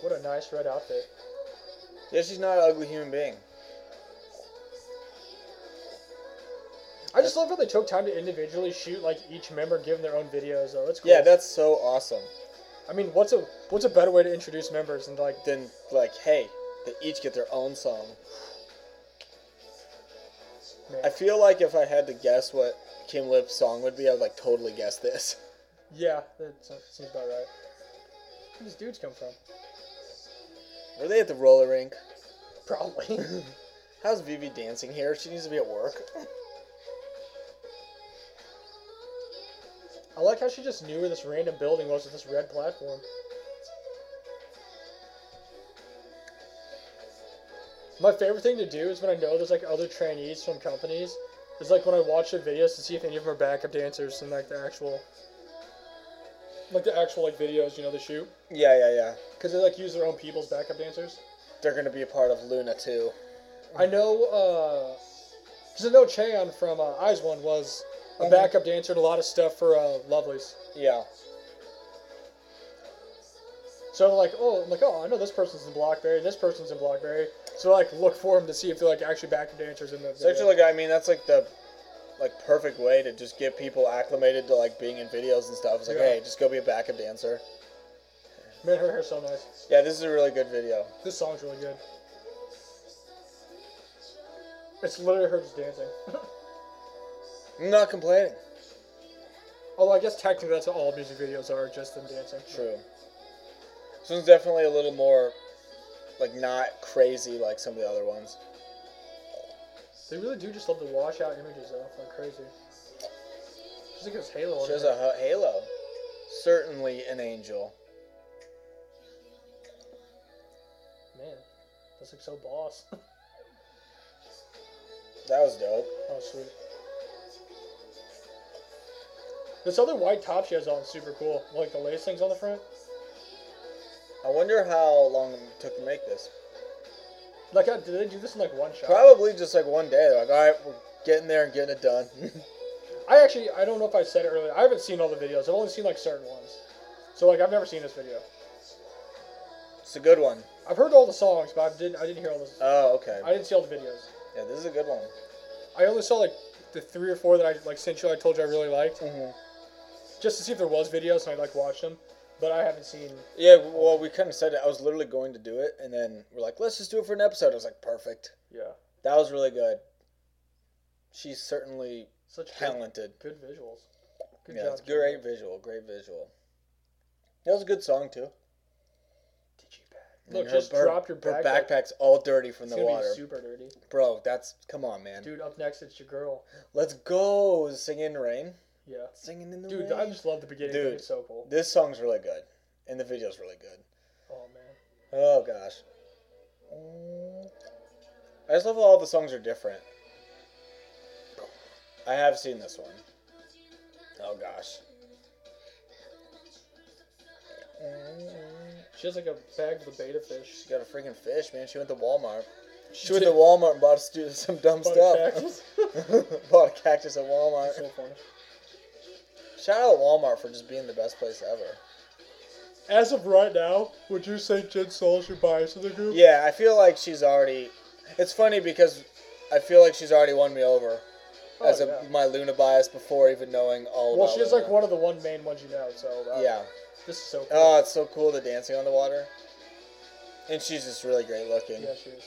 B: What a nice red outfit.
A: yeah, she's not an ugly human being.
B: I just love how they took time to individually shoot like each member, and give them their own videos though. That's cool.
A: Yeah, that's so awesome.
B: I mean, what's a what's a better way to introduce members than like
A: Then, like, hey, they each get their own song.
B: man?
A: I feel like if I had to guess what Kim Lip's song would be, I would like totally guess this. <laughs>
B: yeah, that so- seems about right. Where these dudes come from?
A: Were they at the roller rink?
B: Probably.
A: How's Vivi dancing here? She needs to be at work.
B: <laughs>
A: <laughs>
B: I like how she just knew where this random building was with this red platform. My favorite thing to do is when I know there's like other trainees from companies, is like when I watch the videos to see if any of them are backup dancers and like the actual, like the actual like videos you know they shoot,
A: Yeah, yeah, yeah.
B: because they like use their own people's backup dancers.
A: They're gonna be a part of Luna too.
B: I know, uh, because I know Cheon from uh, Eyes One was a
A: Mhm.
B: backup dancer and a lot of stuff for uh, Lovelies.
A: Yeah.
B: So they're like, oh, I'm like, oh, I know this person's in Blackberry, this person's in Blackberry. So like, look for them to see if they're like actually backup dancers in the.
A: So actually, like, I mean, that's like the like perfect way to just get people acclimated to like being in videos and stuff. It's like,
B: Yeah.
A: hey, just go be a backup dancer.
B: man, her hair's so nice.
A: Yeah, this is a really good video.
B: This song's really good. It's literally her just dancing. <laughs>
A: I'm not complaining.
B: Oh, Although I guess technically that's what all music videos are, just them dancing.
A: True. This one's definitely a little more, like, not crazy like some of the other ones.
B: They really do just love to wash out images though, like crazy. Just like it was Halo.
A: She has
B: wasn't
A: a ha- halo. Certainly an angel.
B: it? man, that's like so boss. <laughs>
A: That was dope.
B: oh sweet. This other white top she has on is super cool. Like the lace things on the front.
A: I wonder how long it took to make this.
B: Like, how, did they do this in like one shot?
A: Probably just like one day. They're like, all right, we're getting there and getting it done. <laughs>
B: I actually, I don't know if I said it earlier. I haven't seen all the videos. I've only seen like certain ones. So like, I've never seen this video.
A: it's a good one.
B: I've heard all the songs, but I didn't. I didn't hear all this.
A: Oh, okay.
B: I didn't see all the videos.
A: Yeah, this is a good one.
B: I only saw like the three or four that I like sent you. I told you I really liked,
A: Mm-hmm.
B: just to see if there was videos, and I like watched them. But I haven't seen.
A: Yeah, well, we kind of said it. I was literally going to do it, and then we're like, let's just do it for an episode. I was like, perfect.
B: Yeah.
A: That was really good. She's certainly
B: Such good,
A: talented.
B: good visuals. Good
A: yeah,
B: job.
A: it's
B: Jim.
A: great visual. Great visual. That was a good song too.
B: Digi
A: And
B: bag. Look,
A: her-
B: just
A: her-
B: drop your
A: Her
B: backpack.
A: backpack's all dirty from
B: It's
A: the
B: gonna
A: water,
B: be super dirty,
A: bro. That's come on, man.
B: dude. Up next, it's your girl.
A: Let's go singing in the rain.
B: Yeah.
A: Singing in the
B: Dude, I
A: rain.
B: just love the beginning.
A: Dude.
B: It's so cool.
A: This song's really good, and the video's really good.
B: Oh man.
A: Oh gosh. Mm. I just love how all the songs are different. I have seen this one. Oh gosh. Mm.
B: She has like a bag of the beta fish.
A: She got a freaking fish, man. She went to Walmart. She went
B: did.
A: to Walmart and bought stu- some dumb
B: Bought a
A: stuff.
B: cactus.
A: <laughs> bought a cactus at
B: That's
A: Walmart.
B: so funny.
A: Shout out Walmart for just being the best place ever.
B: As of right now, would you say Jen Soul's your bias in the group?
A: Yeah, I feel like she's already. It's funny because I feel like she's already won me over
B: Oh,
A: as a,
B: yeah.
A: my Luna bias before even knowing all
B: Well,
A: about.
B: she's
A: Luna.
B: like one of the one main ones you know, so uh,
A: Yeah.
B: this is so cool.
A: Oh, it's so cool the dancing on the water. And she's just really great looking.
B: yeah, she is.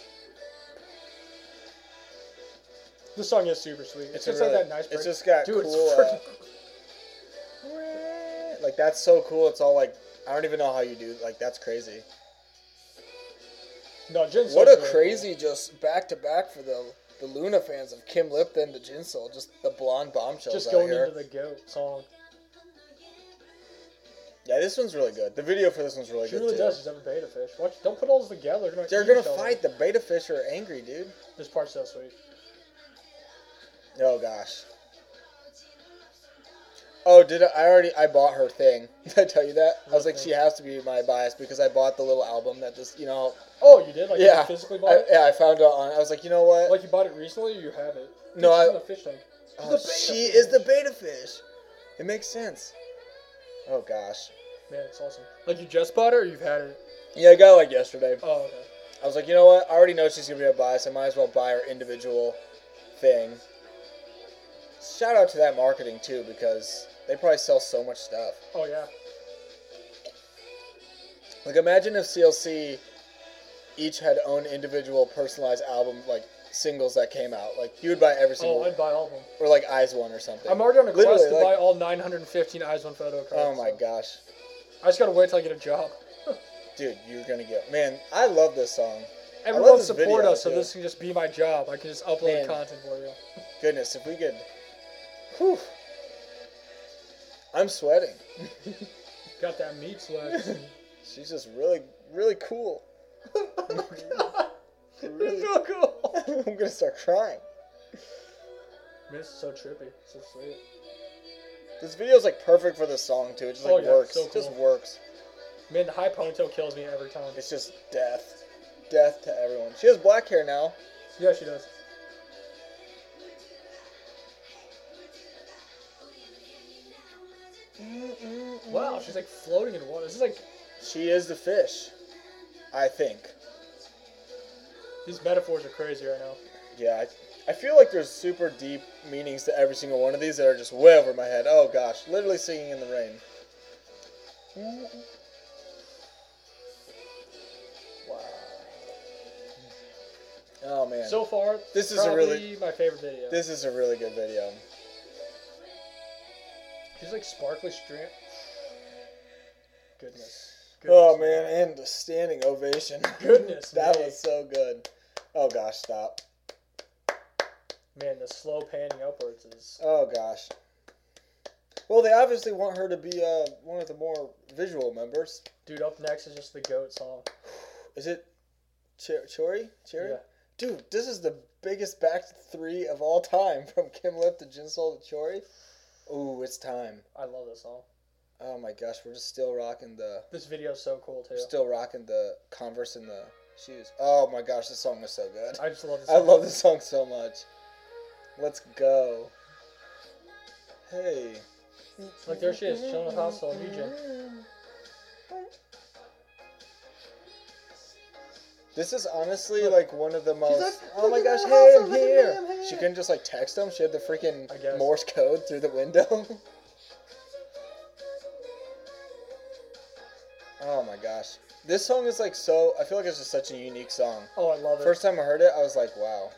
B: This song is super sweet. It's,
A: a
B: just
A: really-
B: like that nice break.
A: It's just got
B: Dude,
A: cool.
B: it's
A: uh, like that's so cool. It's all like I don't even know how you do. Like that's crazy.
B: freaking... <laughs> No, Jen
A: What a
B: Soul's really
A: crazy just back to back for the the Luna fans of Kim Lipton to Jinsoul. Just the blonde
B: cool.
A: bombshells
B: Just
A: out
B: going
A: here.
B: into the goat song.
A: yeah, this one's really good. The video for this one's really
B: She
A: good
B: really
A: too.
B: does. She's a beta fish. Watch, don't put all this together. They're gonna,
A: They're
B: eat
A: gonna
B: each other.
A: fight. The beta fish are angry, dude.
B: This part's so sweet.
A: Oh gosh. Oh, did I, I already? I bought her thing. <laughs> Did I tell you that? I was like, she has to be my bias because I bought the little album that just, you know,
B: Oh, you did? Like
A: yeah,
B: you physically bought
A: I,
B: it?
A: yeah. I found out on. I was like, you know what?
B: Like you bought it recently or you have it? Dude,
A: No,
B: she's
A: I-
B: in the fish tank.
A: Oh,
B: the beta
A: she
B: fish.
A: is the beta fish. It makes sense. Oh gosh.
B: Man, it's awesome. Like you just bought it or you've had it?
A: Yeah, I got it like yesterday.
B: Oh, okay.
A: I was like, you know what? I already know she's gonna be a bias. I might as well buy her individual thing. Shout out to that marketing too because they probably sell so much stuff.
B: Oh yeah.
A: Like imagine if CLC each had own individual personalized album like singles that came out. Like you would buy every single
B: Oh, I'd buy all of them.
A: or like Eyes One or something.
B: I'm already on a quest
A: Literally,
B: to
A: like-
B: buy all 915 Eyes One photo cards.
A: oh my
B: so.
A: gosh.
B: I just gotta wait till I get a job. <laughs>
A: Dude, you're gonna get man, I love this song.
B: Everyone
A: this
B: support
A: video,
B: us, so
A: too.
B: this can just be my job. I can just upload
A: Man.
B: content for you.
A: Goodness, if we could Whew. I'm sweating.
B: Got that meat sweat.
A: <laughs>
B: <laughs>
A: She's just really really cool. <laughs>
B: It's
A: Really-
B: so cool.
A: I'm gonna start crying.
B: Man, this is so trippy. So sweet.
A: This video's like perfect for this song too. It just like
B: Oh, yeah,
A: works.
B: so
A: It just
B: cool.
A: works.
B: Man, the high ponytail kills me every time.
A: It's just death. Death to everyone. She has black hair now.
B: Yeah, she does. Wow, she's like floating in water. This is like
A: She is the fish. I think.
B: these metaphors are crazy right now.
A: Yeah, I, I feel like there's super deep meanings to every single one of these that are just way over my head. Oh gosh, literally singing in the rain.
B: Wow.
A: Oh man.
B: So far,
A: This is a
B: probably
A: really-
B: my favorite video.
A: this is a really good video.
B: She's like sparkly strand. Goodness.
A: oh man, and a standing ovation. <laughs>
B: Goodness
A: that
B: me.
A: was so good. Oh gosh, stop.
B: man, the slow panning upwards is.
A: Oh gosh. Well, they obviously want her to be uh, one of the more visual members.
B: Dude, up next is just the goat song.
A: Is it Cher- Chori? Cherry?
B: Yeah.
A: Dude, this is the biggest back three of all time <laughs> from Kim Lip to Jinsol to Chori. Ooh, it's time.
B: I love this song.
A: Oh my gosh, we're just still rocking the
B: This video's so cool too.
A: we're still rocking the Converse and the shoes. Oh my gosh, this song is so
B: <laughs>
A: good.
B: I just love this.
A: I
B: song.
A: love this song so much. Let's go. Hey.
B: Look, there she is, chilling with Hansel
A: <laughs>
B: and Yuji.
A: This is honestly
B: Look.
A: like one of the most.
B: like,
A: oh my
B: "Look at
A: gosh,
B: the
A: hey,
B: Hansel,
A: I'm
B: look at
A: here.
B: me, I'm here.
A: She couldn't just like text him. She had the freaking
B: I guess.
A: Morse code through the window. <laughs> oh my gosh, this song is like so. I feel like it's just such a unique song.
B: Oh, I love it.
A: First time I heard it, I was like, wow.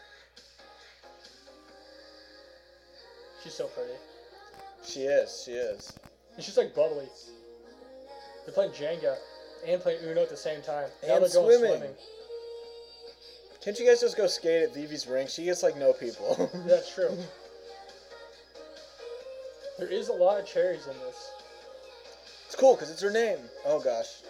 B: She's so pretty.
A: She is. She is.
B: And she's like bubbly. They're playing Jenga and playing Uno at the same time. Now
A: And
B: they're going
A: swimming. Can't you guys just go skate at Vivi's rink? She gets like no people.
B: <laughs>
A: <laughs>
B: That's true. There is a lot of cherries in this.
A: it's cool because it's her name. Oh gosh.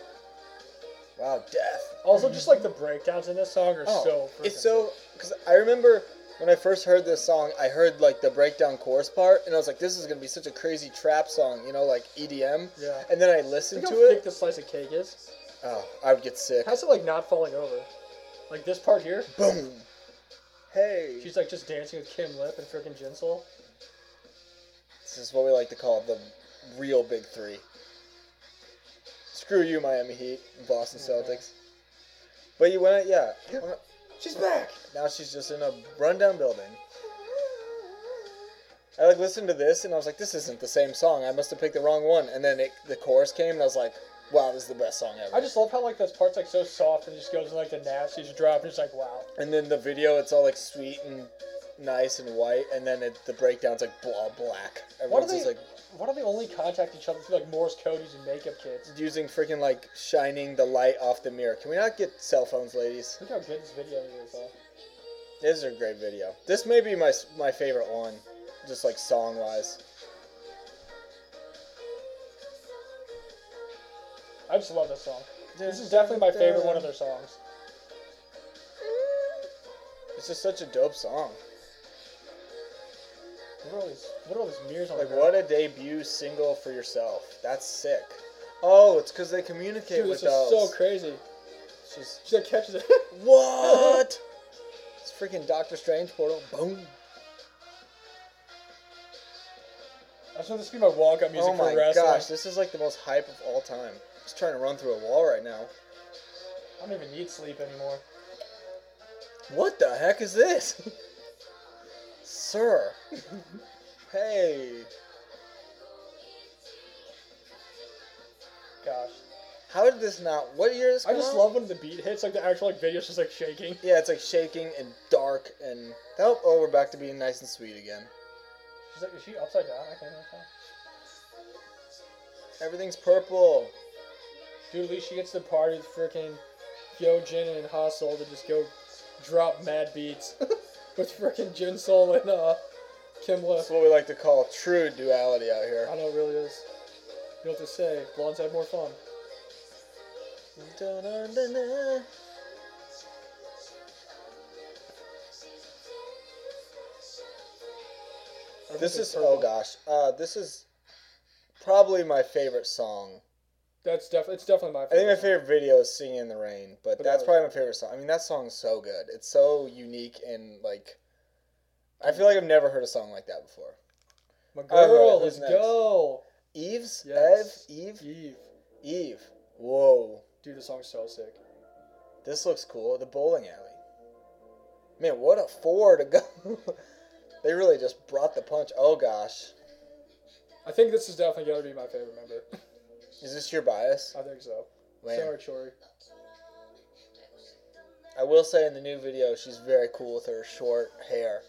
A: Wow, death.
B: Also, just like the breakdowns in this song are
A: Oh,
B: so.
A: it's
B: freaking-
A: so because I remember when I first heard this song, I heard like the breakdown chorus part, and I was like, this is gonna be such a crazy trap song, you know, like EDM.
B: Yeah.
A: And then I
B: Look
A: listened
B: how
A: to
B: thick
A: it.
B: this slice of cake is.
A: Oh, I would get sick.
B: How's it like not falling over? Like this part here,
A: Boom. Hey.
B: she's like just dancing with Kim Lip and freaking Jinsel.
A: This is what we like to call the real big three. Screw you, Miami Heat, and Boston Celtics. But you went, yeah. when I-
B: She's back.
A: Now she's just in a rundown building. I like listened to this and I was like, this isn't the same song. I must have picked the wrong one. And then it, the chorus came and I was like, wow, this is the best song ever.
B: I just love how like this part's like so soft and it just goes in like the nasty just drop and it's like wow.
A: and then the video, it's all like sweet and nice and white. And then it, the breakdown's like blah black.
B: Why do
A: Everyone's
B: they
A: just like
B: why do they only contact each other through like Morse code using makeup kits?
A: using freaking like shining the light off the mirror. Can we not get cell phones, ladies?
B: Look how good this video is. Though.
A: This is a great video. This may be my my favorite one, just like song wise.
B: I just love this song. This is definitely my favorite one of their songs.
A: It's just such a dope song.
B: What are all these what are all these mirrors on?
A: Like
B: the
A: what a debut single for yourself. That's sick. Oh, it's because they communicate
B: Dude,
A: with
B: this is
A: those.
B: so crazy.
A: It's just-
B: She like catches it. <laughs>
A: what? it's freaking Doctor Strange portal. Boom.
B: I just want this to be my walk-up music
A: oh my
B: for wrestling.
A: gosh, this is like the most hype of all time. Just trying to run through a wall right now.
B: I don't even need sleep anymore.
A: What the heck is this? <laughs>
B: <laughs>
A: Sir. hey.
B: Gosh,
A: How did this not? What year is this?
B: I
A: come
B: just
A: out?
B: love when the beat hits. Like the actual like video's just like shaking.
A: Yeah, it's like shaking and dark and. Oh, oh, we're back to being nice and sweet again.
B: She's like, is she upside down? I can't even tell.
A: Everything's purple.
B: Dude, at least she gets to party with freaking Gyojin and Hustle to just go drop mad beats <laughs> with freaking Jin Sol and uh, Kim Lip.
A: That's what we like to call true duality out here.
B: I know it really is. You know what to say. Blondes have more fun.
A: This
B: Everything's
A: is
B: purple.
A: oh gosh, uh, this is probably my favorite song.
B: That's def- it's definitely my
A: I think
B: favorite.
A: my favorite video is "Singing in the Rain," but
B: But
A: that's
B: that was-
A: probably my favorite song. I mean, that song's so good. It's so unique and like, I feel like I've never heard a song like that before.
B: My
A: Alright,
B: girl,
A: who's
B: let's
A: next?
B: go.
A: Eve's
B: Yes.
A: Ev Eve
B: Eve.
A: Eve. Whoa,
B: Dude, this song's so sick.
A: this looks cool. The bowling alley. Man, what a four to go. <laughs> they really just brought the punch. Oh gosh,
B: I think this is definitely going to be my favorite member. <laughs>
A: is this your bias?
B: I think so.
A: Man.
B: Uh, Sorry, Chori.
A: I will say in the new video, she's very cool with her short hair.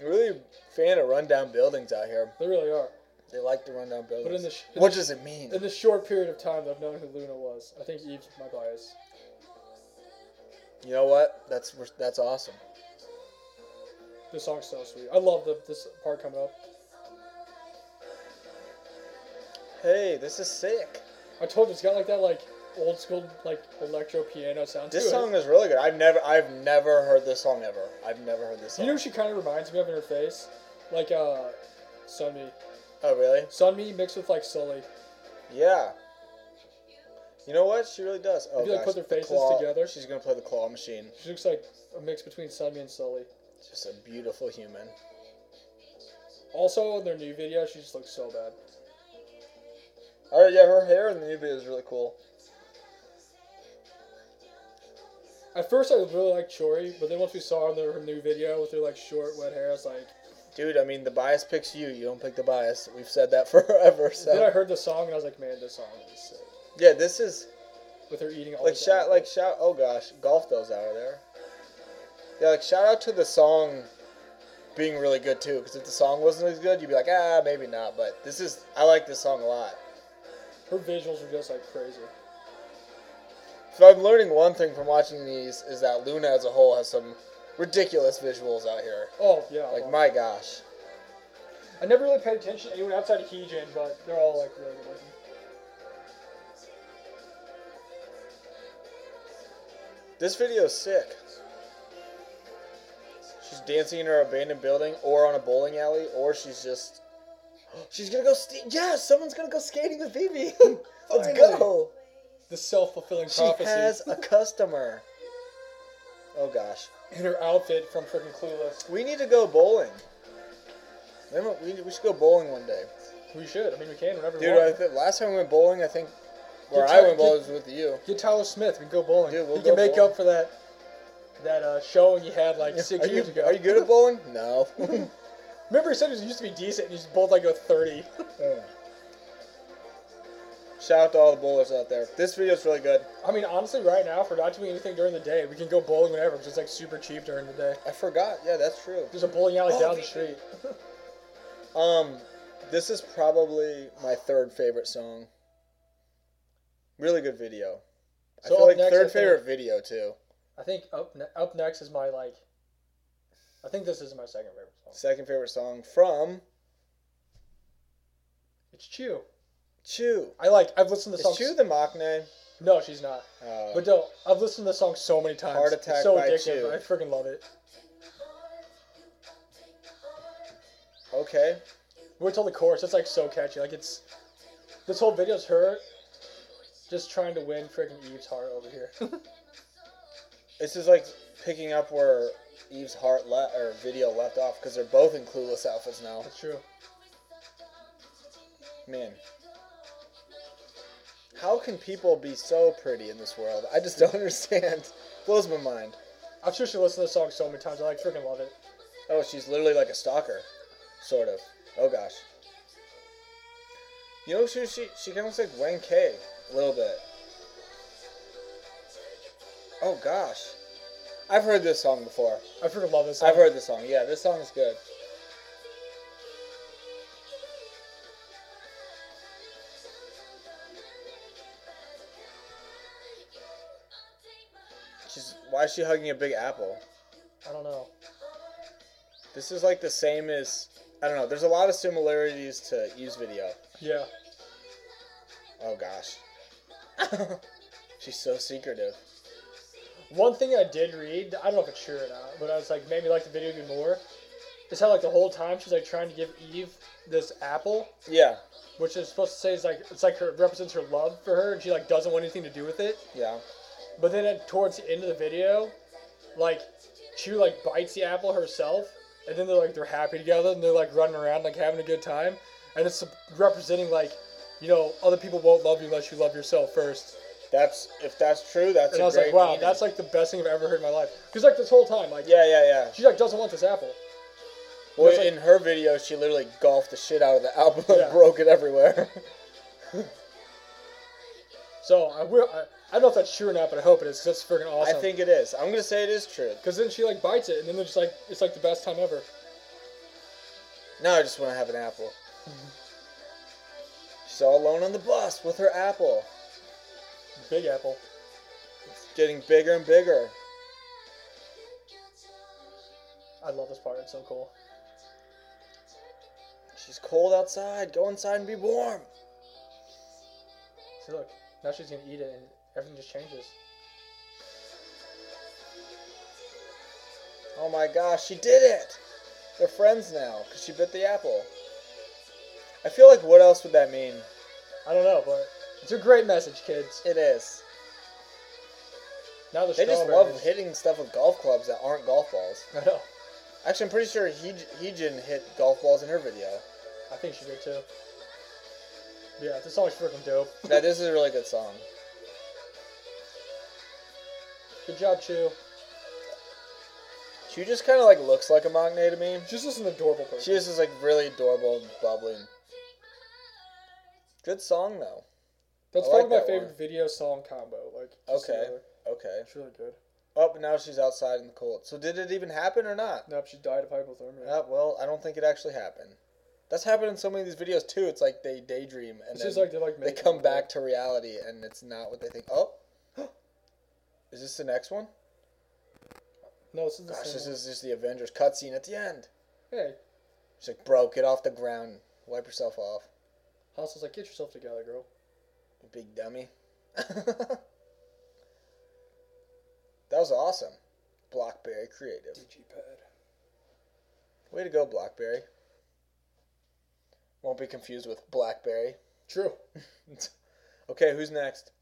A: I'm really fan of rundown buildings out here.
B: They really are.
A: They like to run down buildings.
B: But in the, sh-
A: what does it mean?
B: in the short period of time that I've known who Luna was, I think Eve's my bias.
A: You know what? That's that's awesome.
B: The song's so sweet. I love the, this part coming up.
A: Hey, this is sick.
B: I told you it's got like that like old school like electro piano sound. to
A: This
B: it.
A: song is really good. I've never I've never heard this song ever. I've never heard this song.
B: You know what she kind of reminds me of in her face? Like uh, Sunmi.
A: oh really?
B: Sunmi mixed with like Sully.
A: Yeah. You know what? She really does. Oh
B: If you, like,
A: gosh,
B: put their
A: the
B: faces
A: claw-
B: together.
A: She's gonna play the claw machine.
B: She looks like a mix between Sunmi and Sully.
A: Just a beautiful human.
B: Also, in their new video, she just looks so bad.
A: Oh yeah, her hair in the new video is really cool.
B: At first, I really liked Chori, but then once we saw her in their- her new video with her like short wet hair, I was like.
A: Dude, I mean the bias picks you. You don't pick the bias. We've said that <laughs> forever.
B: Then I
A: So
B: heard the song and I was like, man, this song is sick.
A: yeah, this is
B: With her eating all
A: like
B: the
A: shout
B: apples.
A: like shout. Oh gosh, golf those out of there. Yeah, like shout out to the song being really good too. Because if the song wasn't as good, you'd be like, ah, maybe not. But this is I like this song a lot.
B: her visuals are just like crazy.
A: So I'm learning one thing from watching these is that Luna as a whole has some ridiculous visuals out here.
B: Oh yeah,
A: Like
B: wow.
A: my gosh.
B: I never really paid attention to anyone outside of Heejin, but they're all like really good looking.
A: This video is sick. She's dancing in her abandoned building or on a bowling alley or she's just. <gasps> She's gonna go. St- yeah, someone's gonna go skating with Vivi. <laughs> Let's go.
B: The self-fulfilling
A: She
B: prophecy.
A: has a customer. Oh gosh.
B: in her outfit from freaking Clueless.
A: We need to go bowling. Remember, we, we should go bowling one day.
B: We should. I mean, we can whenever
A: Dude,
B: we
A: I
B: want.
A: th- last time we went bowling, I think. Where
B: Good
A: I
B: time-
A: went bowling
B: good-
A: was with you.
B: Get Tyler Smith. We can go bowling.
A: Dude, we'll
B: he can
A: go
B: make
A: bowling.
B: up for that that uh, showing he had like six
A: are
B: years
A: you,
B: ago.
A: Are you good at bowling? <laughs> No.
B: Remember, he said he used to be decent. and He's bowled like a thirty.
A: Shout out to all the bowlers out there. This video is really good.
B: I mean, honestly, right now, if we're not doing anything during the day, we can go bowling whenever because it's like super cheap during the day.
A: I forgot. Yeah, that's true.
B: There's a bowling alley
A: Oh,
B: down the
A: they-
B: street.
A: Um, this is probably my third favorite song. Really good video.
B: So
A: I feel
B: up
A: like
B: next, I
A: third
B: think-
A: favorite video too.
B: I think up ne- up next is my like. I think this is my second favorite song.
A: Second favorite song from
B: It's Chew.
A: Chew.
B: I like. I've listened to the song.
A: Is Chew the mock name?
B: No, she's not.
A: Uh,
B: But no, I've listened to the song so many times.
A: Heart
B: it's
A: Attack
B: so
A: by
B: addictive.
A: Chew.
B: I freaking love it.
A: okay.
B: Wait till the chorus. It's like so catchy. Like it's this whole video's her just trying to win freaking Eve's heart over
A: <laughs>
B: here.
A: This is like picking up where Eve's heart le- or video left off because they're both in clueless outfits now.
B: That's true.
A: Man, how can people be so pretty in this world? I just don't <laughs> understand. Blows my mind.
B: I'm sure she listened to the song so many times. I like freaking love it.
A: Oh, she's literally like a stalker, sort of. Oh gosh. You know, she she she kind of looks like Wayne K a little bit. Oh gosh, I've heard this song before.
B: I freaking love this song.
A: I've heard this song. Yeah, this song is good. She's why is she hugging a big apple?
B: I don't know.
A: This is like the same as I don't know. There's a lot of similarities to Eve's video.
B: Yeah.
A: Oh gosh. <laughs> She's so secretive.
B: One thing I did read, I don't know if it's true or not, but I was like made me like the video even more. Is how like the whole time she's like trying to give Eve this apple,
A: Yeah,
B: which is supposed to say is like it's like her represents her love for her, and she like doesn't want anything to do with it.
A: yeah.
B: But then at, towards the end of the video, like she like bites the apple herself, and then they're like they're happy together and they're like running around like having a good time, and it's representing like, you know, other people won't love you unless you love yourself first.
A: That's if that's true. That's
B: And
A: a
B: I was
A: great
B: like, wow,
A: meaning.
B: that's like the best thing I've ever heard in my life. Cause like this whole time, like
A: yeah, yeah, yeah.
B: she like doesn't want this apple.
A: Well,
B: That's like-
A: in her video, she literally golfed the shit out of the album
B: Yeah.
A: and broke it everywhere. <laughs>
B: So I will. I, I don't know if that's true or not, but I hope it is. Cause that's freaking awesome.
A: I think it is. I'm gonna say it is true.
B: Cause then she like bites it, and then they're just like, it's like the best time ever. <laughs>
A: Now I just want to have an apple. Saw Alone on the Bus with her apple.
B: Big Apple.
A: It's getting bigger and bigger.
B: I love this part. It's so cool.
A: She's cold outside. Go inside and be warm.
B: See, look. Now she's gonna eat it, and everything just changes.
A: Oh my gosh, she did it! They're friends now because she bit the apple. I feel like what else would that mean?
B: I don't know, but it's a great message, kids.
A: It is.
B: Now the
A: They just
B: strawberries-
A: love hitting stuff with golf clubs that aren't golf balls.
B: I know.
A: Actually, I'm pretty sure he Heejin hit golf balls in her video.
B: I think she did too. Yeah, this song's freaking dope.
A: Now, this is a really good song.
B: <laughs> Good job, Chew.
A: She just kind of like looks like a Magne to me.
B: She's just an adorable person.
A: She is just like really adorable and bubbly. Good song though.
B: That's
A: I like
B: probably my
A: that
B: favorite
A: one.
B: video song combo. Like, just
A: Okay.
B: together.
A: Okay.
B: it's really good.
A: Oh, but now she's outside in the cold. So did it even happen or not?
B: Nope, she died of hypothermia.
A: Uh, well, I don't think it actually happened. That's happened in so many of these videos too. It's like they daydream and
B: It's
A: then
B: just like they like
A: they
B: make
A: come
B: up.
A: back to reality and it's not what they think. Oh, <gasps> is this the next one?
B: No, this is the
A: Gosh,
B: same
A: this
B: one.
A: is just the Avengers cutscene at the end.
B: Hey,
A: She's like, bro, get off the ground, wipe yourself off,
B: Hassel's like, get yourself together, girl.
A: you big dummy. <laughs> that was awesome. Blockberry creative.
B: Digipad.
A: Way to go, Blackberry. Won't be confused with Blackberry.
B: True.
A: Okay, who's next?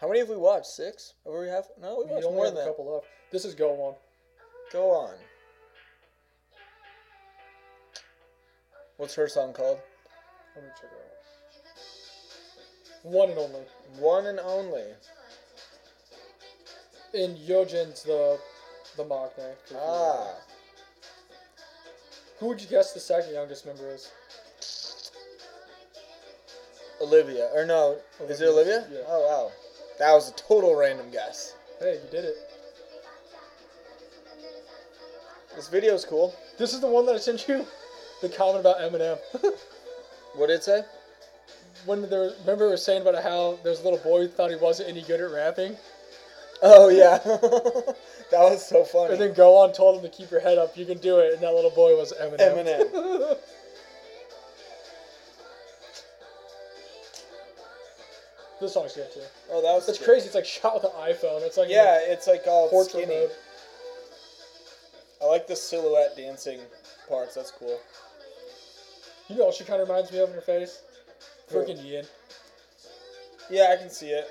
A: How many have we watched? Six? Or we have no, we
B: You
A: watched
B: only
A: more
B: have
A: than
B: a
A: that.
B: couple left. This is Go On.
A: Go on. What's her song called?
B: Let me check it out. One and only.
A: One and only.
B: And Yojin's the the Magne.
A: Ah,
B: Who would you guess the second youngest member is?
A: Olivia. Or no, is it
B: Olivia's-
A: Olivia?
B: yeah.
A: Oh wow, that was a total random guess.
B: Hey, you did it.
A: This video's cool.
B: This is the one that I sent you. <laughs> The comment about Eminem. <laughs>
A: What did it say?
B: when they were, remember we were saying about how there's a little boy who thought he wasn't any good at rapping,
A: Oh yeah, <laughs> that was so funny.
B: and then Go On told him to keep your head up, you can do it, and that little boy was Eminem.
A: Eminem.
B: <laughs> this song's good too.
A: oh, that was
B: It's
A: good.
B: crazy. It's like shot with an iPhone. It's like
A: Yeah, it's like all
B: portrait
A: skinny.
B: mode.
A: I like the silhouette dancing parts. That's cool.
B: You know, what she kind of reminds me of in her face.
A: Who?
B: Freaking Ian,
A: Yeah, I can see it.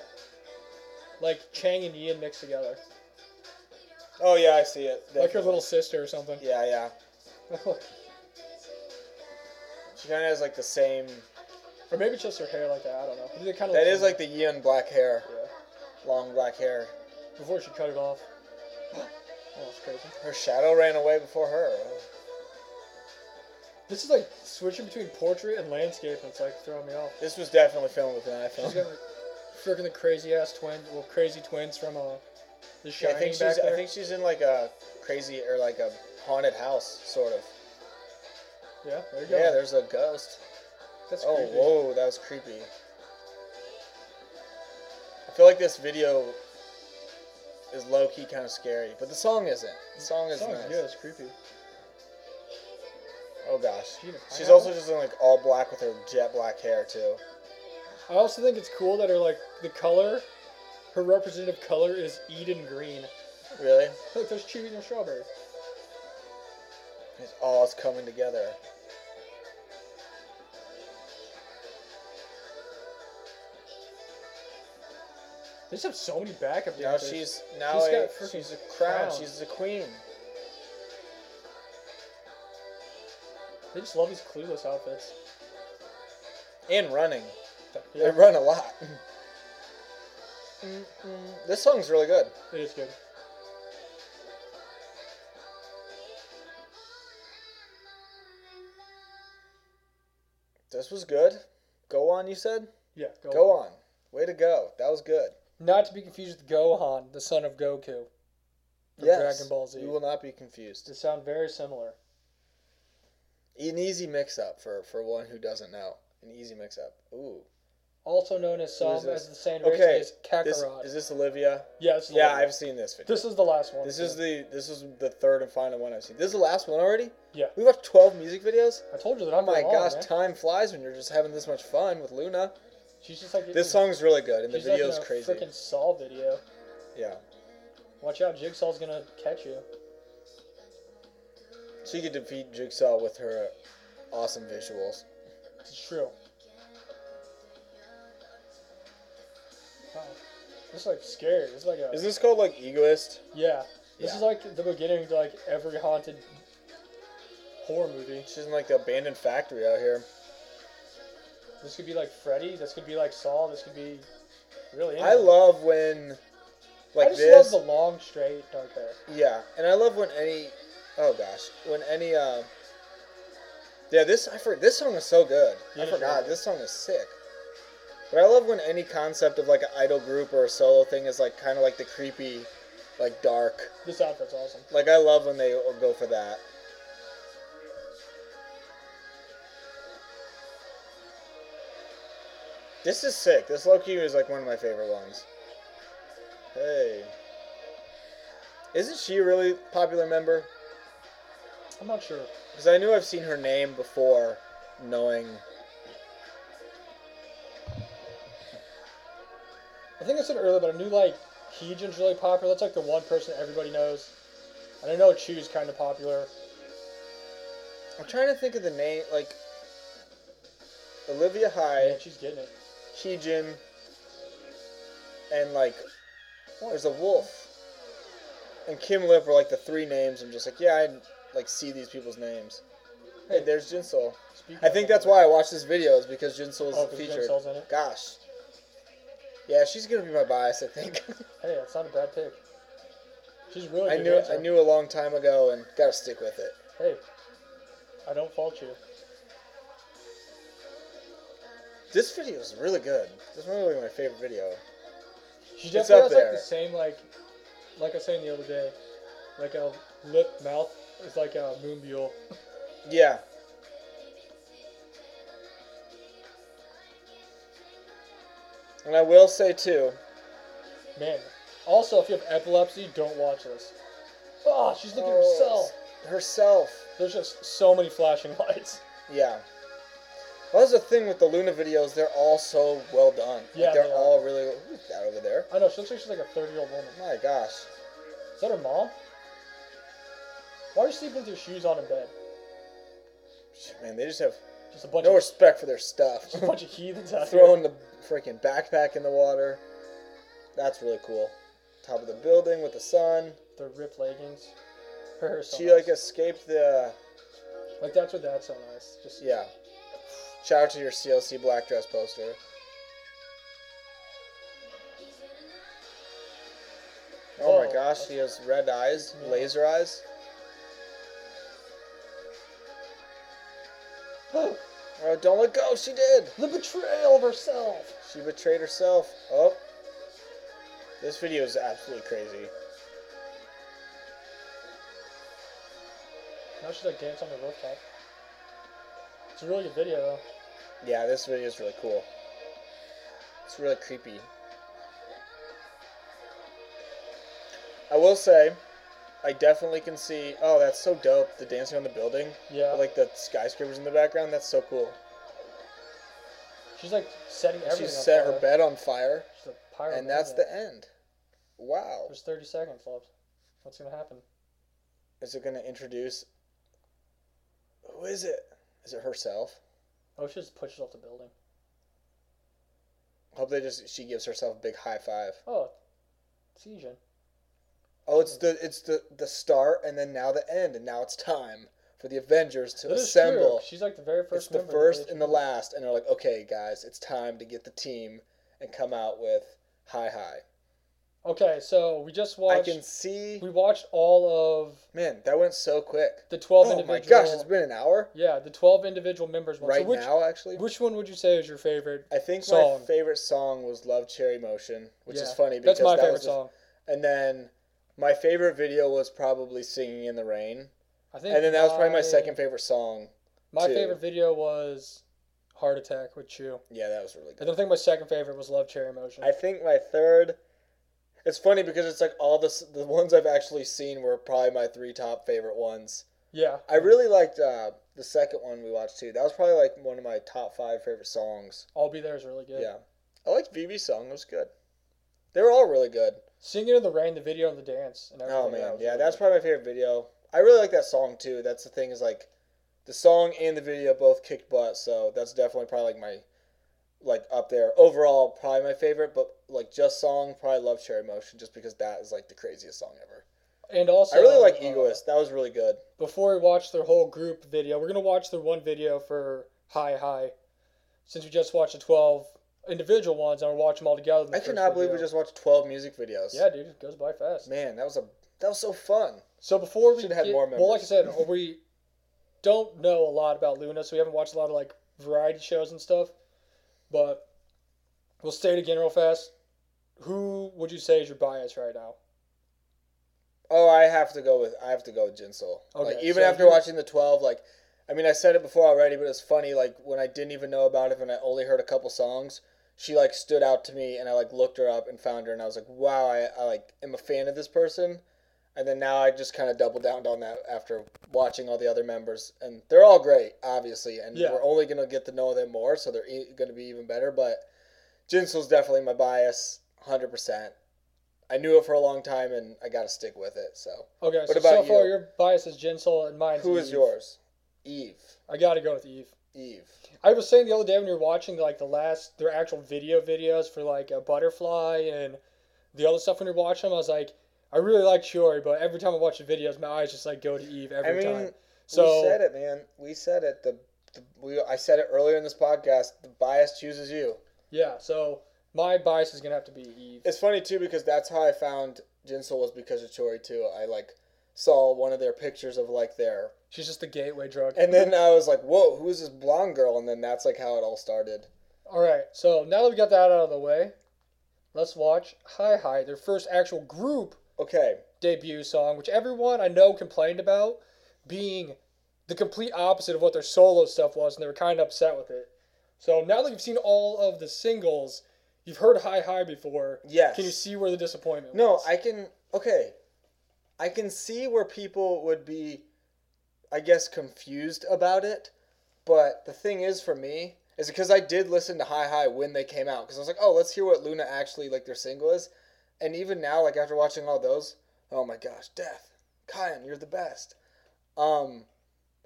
B: like Chang and Ian mixed together,
A: Oh yeah, I see it.
B: like her
A: Definitely. <laughs>
B: little sister or something.
A: Yeah, yeah.
B: <laughs>
A: She kind of has like the same.
B: or maybe just her hair like that. I don't know. They kind of
A: That is like the Yin black hair,
B: yeah.
A: long black hair.
B: Before she cut it
A: <gasps>
B: off. Oh, that's crazy.
A: Her shadow ran away before her.
B: This is like switching between portrait and landscape, and it's like throwing
A: <laughs>
B: me off.
A: This was definitely filmed with an
B: She's
A: iPhone.
B: got like freaking the crazy ass twins, well, crazy twins from uh,
A: Yeah,
B: the
A: I
B: Shining
A: think
B: back
A: she's.
B: there.
A: I think she's in like a crazy or like a haunted house sort of.
B: yeah, there you go.
A: Yeah, there's a ghost.
B: that's
A: Oh,
B: creepy.
A: whoa, that was creepy. I feel like this video is low key kind of scary, but the song isn't. The song is
B: Song's
A: nice.
B: good. It's creepy.
A: Oh gosh.
B: She in a
A: She's
B: pineapple?
A: also just in like all black with her jet black hair too.
B: I also think it's cool that her like the color, her representative color is Eden green.
A: Really?
B: Look, there's cheese and strawberry.
A: It's all is coming together.
B: They just have so many backup
A: Now
B: dancers.
A: she's now
B: She's
A: a,
B: got freaking
A: she's a crown.
B: crown.
A: She's a queen.
B: They just love these clueless outfits.
A: And running.
B: Yeah, Mm-hmm.
A: They run a lot. this song's really good.
B: it is good.
A: This was good. Go on, you said?
B: Yeah, go,
A: Go on. Way to go. That was good.
B: Not to be confused with Gohan, the son of Goku. From Dragon Ball Z.
A: You will not be confused.
B: They sound very similar.
A: An easy mix up for, for one who doesn't know. An an easy mix up. Ooh.
B: also known as
A: Who
B: some
A: is this?
B: as the same
A: Okay,
B: race is Kakarot.
A: This, is this Olivia?
B: yeah, this is the
A: Yeah,
B: last-
A: I've seen this video.
B: this is the last one.
A: This is the this is the third and final one I've seen. This is the last one already.
B: Yeah.
A: we watched twelve music videos.
B: I told you that
A: Oh
B: I'm
A: my
B: wrong,
A: gosh,
B: man.
A: time flies when you're just having this much fun with Luna.
B: she's just like
A: This song's really good, and the
B: she's
A: video is
B: like in a
A: crazy.
B: Freaking Saw video.
A: Yeah,
B: Watch out, Jigsaw's gonna catch you.
A: she could defeat Jigsaw with her awesome visuals.
B: It's true. Wow. This is like scary. This is like a
A: Is this called like Egoist?
B: yeah. This
A: Yeah.
B: is like the beginning to like every haunted horror movie.
A: She's in like the abandoned factory out here.
B: This could be like Freddy. This could be like Saw. This could be really.
A: I
B: anything.
A: love when like
B: I just
A: this.
B: love the long straight dark hair.
A: Yeah, and I love when any. Oh gosh, when any. Uh, yeah, this I for this song is so good.
B: Yeah,
A: I
B: it's
A: forgot
B: really
A: this song is sick. But I love when any concept of like an idol group or a solo thing is like kind of like the creepy, like dark.
B: This outfit's awesome.
A: Like I love when they go for that. This is sick. This low key is like one of my favorite ones. Hey. Isn't she a really popular member?
B: I'm not sure.
A: Because I knew I've seen her name before knowing.
B: I think I said it earlier, but I knew like Heejin's really popular. That's like the one person everybody knows. And I know Chu's kind of popular.
A: I'm trying to think of the name. Like. Olivia
B: Yeah,
A: Hyde,
B: she's getting it.
A: Heejin, and like. oh, There's a wolf. And Kim Lip were like the three names. I'm just like, yeah, I like see these people's names. Hey, there's Jinsoul.
B: Speak
A: I
B: up.
A: think that's why I watched this video is because Jinsoul
B: Oh,
A: is
B: 'cause
A: featured.
B: Jinsoul's in it.
A: Gosh. Yeah, she's gonna be my bias. I think. <laughs>
B: Hey, that's not a bad pick. She's really.
A: I
B: good
A: knew
B: dancer.
A: I knew a long time ago and gotta stick with it.
B: Hey, I don't fault you.
A: This video is really good. This is really my favorite video.
B: She
A: It's
B: definitely
A: up
B: has like
A: there.
B: the same like, like I was saying the other day, like a lip mouth is like a moon mule.
A: Yeah. And I will say too,
B: Man. Also, if you have epilepsy, don't watch this. Oh, she's looking at herself.
A: herself.
B: There's just so many flashing <laughs> lights.
A: Yeah. Well, that's the thing with the Luna videos. They're all so well done. Like,
B: Yeah,
A: they're
B: they are.
A: all really. Who's that over there?
B: I know, she looks like she's like a 30 year old woman.
A: My gosh.
B: Is that her mom? Why are you sleeping with your shoes on in bed?
A: Shit, Man, they just have
B: Just a <laughs> bunch
A: no
B: of
A: respect for their stuff.
B: just a <laughs> bunch of heathens
A: <laughs>
B: out
A: Throwing the freaking backpack in the water. That's really cool. Top of the building with the sun.
B: here. The ripped leggings. Her so
A: She
B: nice.
A: like escaped the.
B: Like that's what that's so nice. Just
A: Yeah. Shout out to your CLC black dress poster. Oh my
B: Whoa.
A: gosh, she has red eyes,
B: Yeah.
A: laser eyes.
B: <gasps> the
A: Oh, don't let go. She did.
B: betrayal of herself.
A: She betrayed herself. Oh. This video is absolutely crazy.
B: Now she's like dancing on the rooftop. It's a really good video though.
A: Yeah, this video is really cool. It's really creepy. I will say, I definitely can see. Oh, that's so dope. The dancing on the building.
B: Yeah.
A: Like the skyscrapers in the background. That's so cool.
B: she's like setting
A: She
B: everything. on
A: set her
B: fire.
A: bed on fire,
B: She's a pirate.
A: and that's the end. Wow.
B: There's 30 seconds left. What's gonna happen?
A: Is it going to introduce. Who is it? Is it herself?
B: Oh, she just pushes off the building.
A: Hope they just. She gives herself a big high five.
B: Oh, it's Asian.
A: Oh, it's the it's the the start and then now the end and now it's time for the Avengers to
B: That is true.
A: assemble.
B: She's like the very
A: It's
B: first.
A: the
B: member of
A: first
B: Asian
A: and the
B: group.
A: last and they're like, "Okay, guys, it's time to get the team and come out with Hi Hi."
B: Okay, so we just
A: I
B: watched.
A: can see
B: We watched all of
A: Man, that went so quick.
B: the 12
A: oh my
B: individual.
A: gosh, it's been an hour
B: yeah, the 12 individual members. One.
A: right
B: so which,
A: now actually.
B: Which one would you say is your favorite?
A: I think
B: song.
A: my favorite song was Love Cherry Motion, which is
B: Yeah,
A: funny because
B: that's my
A: that
B: favorite
A: was the-
B: song.
A: And then my favorite video was probably Singing in the Rain.
B: I think.
A: And then that was probably my
B: my-
A: second favorite song.
B: My
A: too.
B: favorite video was Heart Attack with Chew.
A: Yeah, that was really
B: And
A: good.
B: then I think my second favorite was Love Cherry Motion.
A: I think my third. It's funny because it's like all the s- the ones I've actually seen were probably my three top favorite ones.
B: yeah.
A: I really liked uh, the second one we watched too. That was probably like one of my top five favorite songs.
B: I'll Be There is really
A: Yeah,
B: good.
A: I liked Vivi's song. It was good. They were all really good.
B: Singing in the Rain, the video, and the dance. And everything
A: Oh man,
B: was
A: yeah,
B: really
A: that's
B: good.
A: probably my favorite video. I really like that song too. That's the thing is like, the song and the video both kicked butt. So that's definitely probably like my, like up there overall probably my favorite. But like just song probably love Cherry Motion just because that is like the craziest song ever.
B: And also,
A: I really like
B: uh,
A: Egoist. That was really good.
B: Before we watch their whole group video, we're gonna watch their one video for High High, since we just watched the twelve individual ones and we watch them all together. in the
A: I
B: first
A: cannot believe we
B: video.
A: just watched twelve music videos.
B: Yeah, dude, it goes by fast.
A: Man, that was a that was so fun.
B: So before we
A: Should've had
B: get-
A: more
B: well, like I
A: members. <laughs>
B: said, we don't know a lot about Luna, so we haven't watched a lot of like variety shows and stuff. But we'll state again real fast. Who would you say is your bias right now?
A: Oh, I have to go with I have to go with Jinsel.
B: Okay,
A: like even
B: so
A: after
B: you-
A: watching the twelve, like I mean I said it before already, but it's funny, like when I didn't even know about it and I only heard a couple songs, she like stood out to me and I like looked her up and found her and I was like, Wow, I, I like am a fan of this person and then now I just kinda double down on that after watching all the other members and they're all great, obviously, and
B: Yeah.
A: we're only gonna get to know them more, so they're e- gonna be even better, but Jinsel's definitely my bias, hundred percent. I knew it for a long time and I gotta stick with it, so
B: Okay, so
A: about
B: so far
A: you?
B: your bias is Jinsel and mine's
A: Who is
B: Eve.
A: yours? Eve.
B: I gotta go with Eve.
A: Eve.
B: I was saying the other day when you're watching like the last their actual video videos for like a butterfly and the other stuff when you're watching them, I was like, I really like Chiori, but every time I watch the videos, my eyes just like go to Eve every
A: I mean,
B: time. So
A: we said it, man. We said it. The, the we, I said it earlier in this podcast. The bias chooses you.
B: yeah, so my bias is gonna have to be Eve.
A: It's funny too because that's how I found Jinsel was because of Chori too. I like saw one of their pictures of like their,
B: She's just the gateway drug.
A: and then I was like, whoa, who is this blonde girl? And then that's like how it all started.
B: <laughs> All right, so now that we got that out of the way, let's watch Hi Hi, their first actual group
A: Okay,
B: debut song, which everyone I know complained about being the complete opposite of what their solo stuff was, and they were kind of upset with it. So now that you've seen all of the singles, you've heard High High before.
A: yes.
B: Can you see where the disappointment
A: No,
B: was?
A: I can. Okay, I can see where people would be, I guess, confused about it. But the thing is, for me, is because I did listen to High High when they came out because I was like, oh, let's hear what Luna actually like their single is. And even now, like after watching all those, oh my gosh, Death, Kyan, you're the best. Um,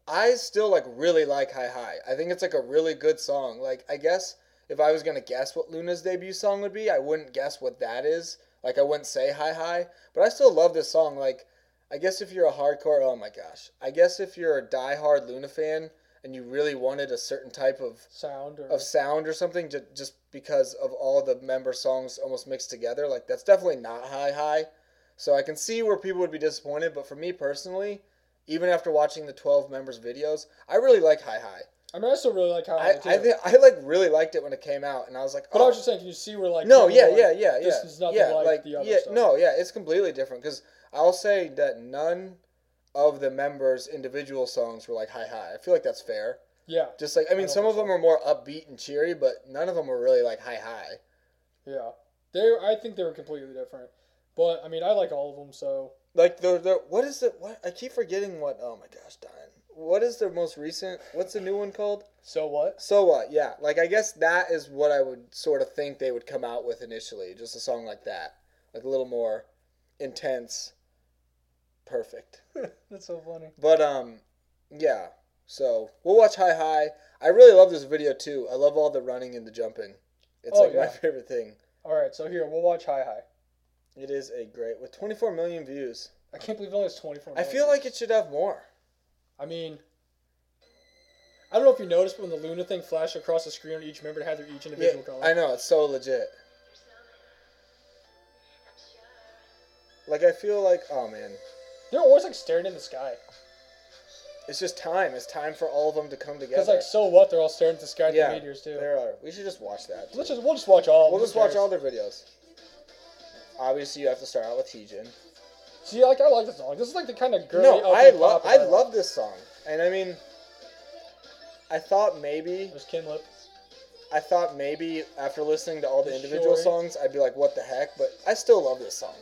A: I still like really like High High. I think it's like a really good song. Like I guess if I was gonna guess what Luna's debut song would be, I wouldn't guess what that is. Like I wouldn't say High High, but I still love this song. Like I guess if you're a hardcore, oh my gosh, I guess if you're a diehard Luna fan and you really wanted a certain type of
B: sound or
A: of sound or something ju- just because of all the member songs almost mixed together like that's definitely not high high so i can see where people would be disappointed but for me personally even after watching the 12 members videos i really like high high
B: I mean, I still really like High
A: i
B: High too.
A: I, thi- I like really liked it when it came out and i was like
B: but
A: oh
B: I was just saying, can you see where like
A: no
B: people
A: yeah
B: were
A: yeah
B: like,
A: yeah yeah
B: this is nothing
A: yeah
B: like the other
A: yeah
B: stuff.
A: no yeah it's completely different because i'll say that none of the members individual songs were like high high i feel like that's fair
B: yeah
A: just like I mean,
B: don't
A: some
B: think
A: of them are more upbeat and cheery, but none of them are really like high high.
B: yeah they I think they were completely different. But I mean, I like all of them. So
A: Like they're, they're what is it? What I keep forgetting what? Oh my gosh, Don. What is their most recent? What's the new one called?
B: so what?
A: So what? Yeah, like I guess that is what I would sort of think they would come out with initially, just a song like that, like a little more intense, perfect.
B: That's so funny.
A: But um, yeah. So we'll watch High High. I really love this video too. I love all the running and the jumping. It's
B: Oh,
A: like my <laughs>
B: yeah.
A: favorite thing.
B: All right, so here we'll watch High High.
A: It is a great with 24 million views.
B: I can't believe it only has 24
A: I
B: minutes.
A: feel like it should have more.
B: I mean, I don't know if you noticed, but when the Luna thing flashed across the screen on each member, it had their each
A: Yeah,
B: individual color.
A: I know it's so legit. Like I feel like oh man,
B: They're always like staring in the sky.
A: it's just time. It's time for all of them to come
B: Because
A: together.
B: like, so what? They're all staring at the sky at
A: yeah,
B: the meteors too.
A: there are. We should just watch that.
B: Let's just we'll just watch all.
A: We'll
B: who
A: just watch
B: cares?
A: all their videos. Obviously, you have to start out with Heejin.
B: See, like I like this song. This is like the kind of girly.
A: No,
B: upbeat
A: I love
B: pop
A: I
B: like.
A: love this song, and I mean, I thought maybe
B: There's Kinlip.
A: I thought maybe after listening to all the individual
B: Sure.
A: songs, I'd be like, what the heck? But I still love this song.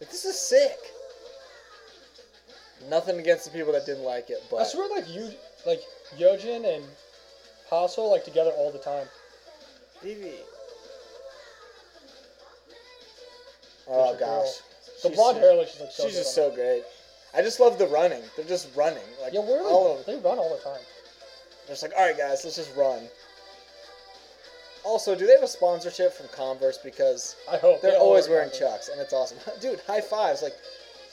A: Like, this is sick. Nothing against the people that didn't like it, but
B: I swear, like you, like Yojin and Hassel, like together all the time.
A: Vivi. Oh
B: There's a girl.
A: gosh,
B: The
A: She's
B: blonde
A: so-
B: hair, like she's like so.
A: she's
B: good
A: just
B: on
A: so great. I just love the running. They're just running,
B: it.
A: like
B: Yeah, where
A: all of
B: are they? They run all the time.
A: They're just like, all right, guys, let's just run. Also, do they have a sponsorship from Converse? Because
B: I hope
A: they're
B: They all
A: always
B: are
A: wearing Chucks,
B: converse.
A: and it's awesome. <laughs> Dude, high fives! Like,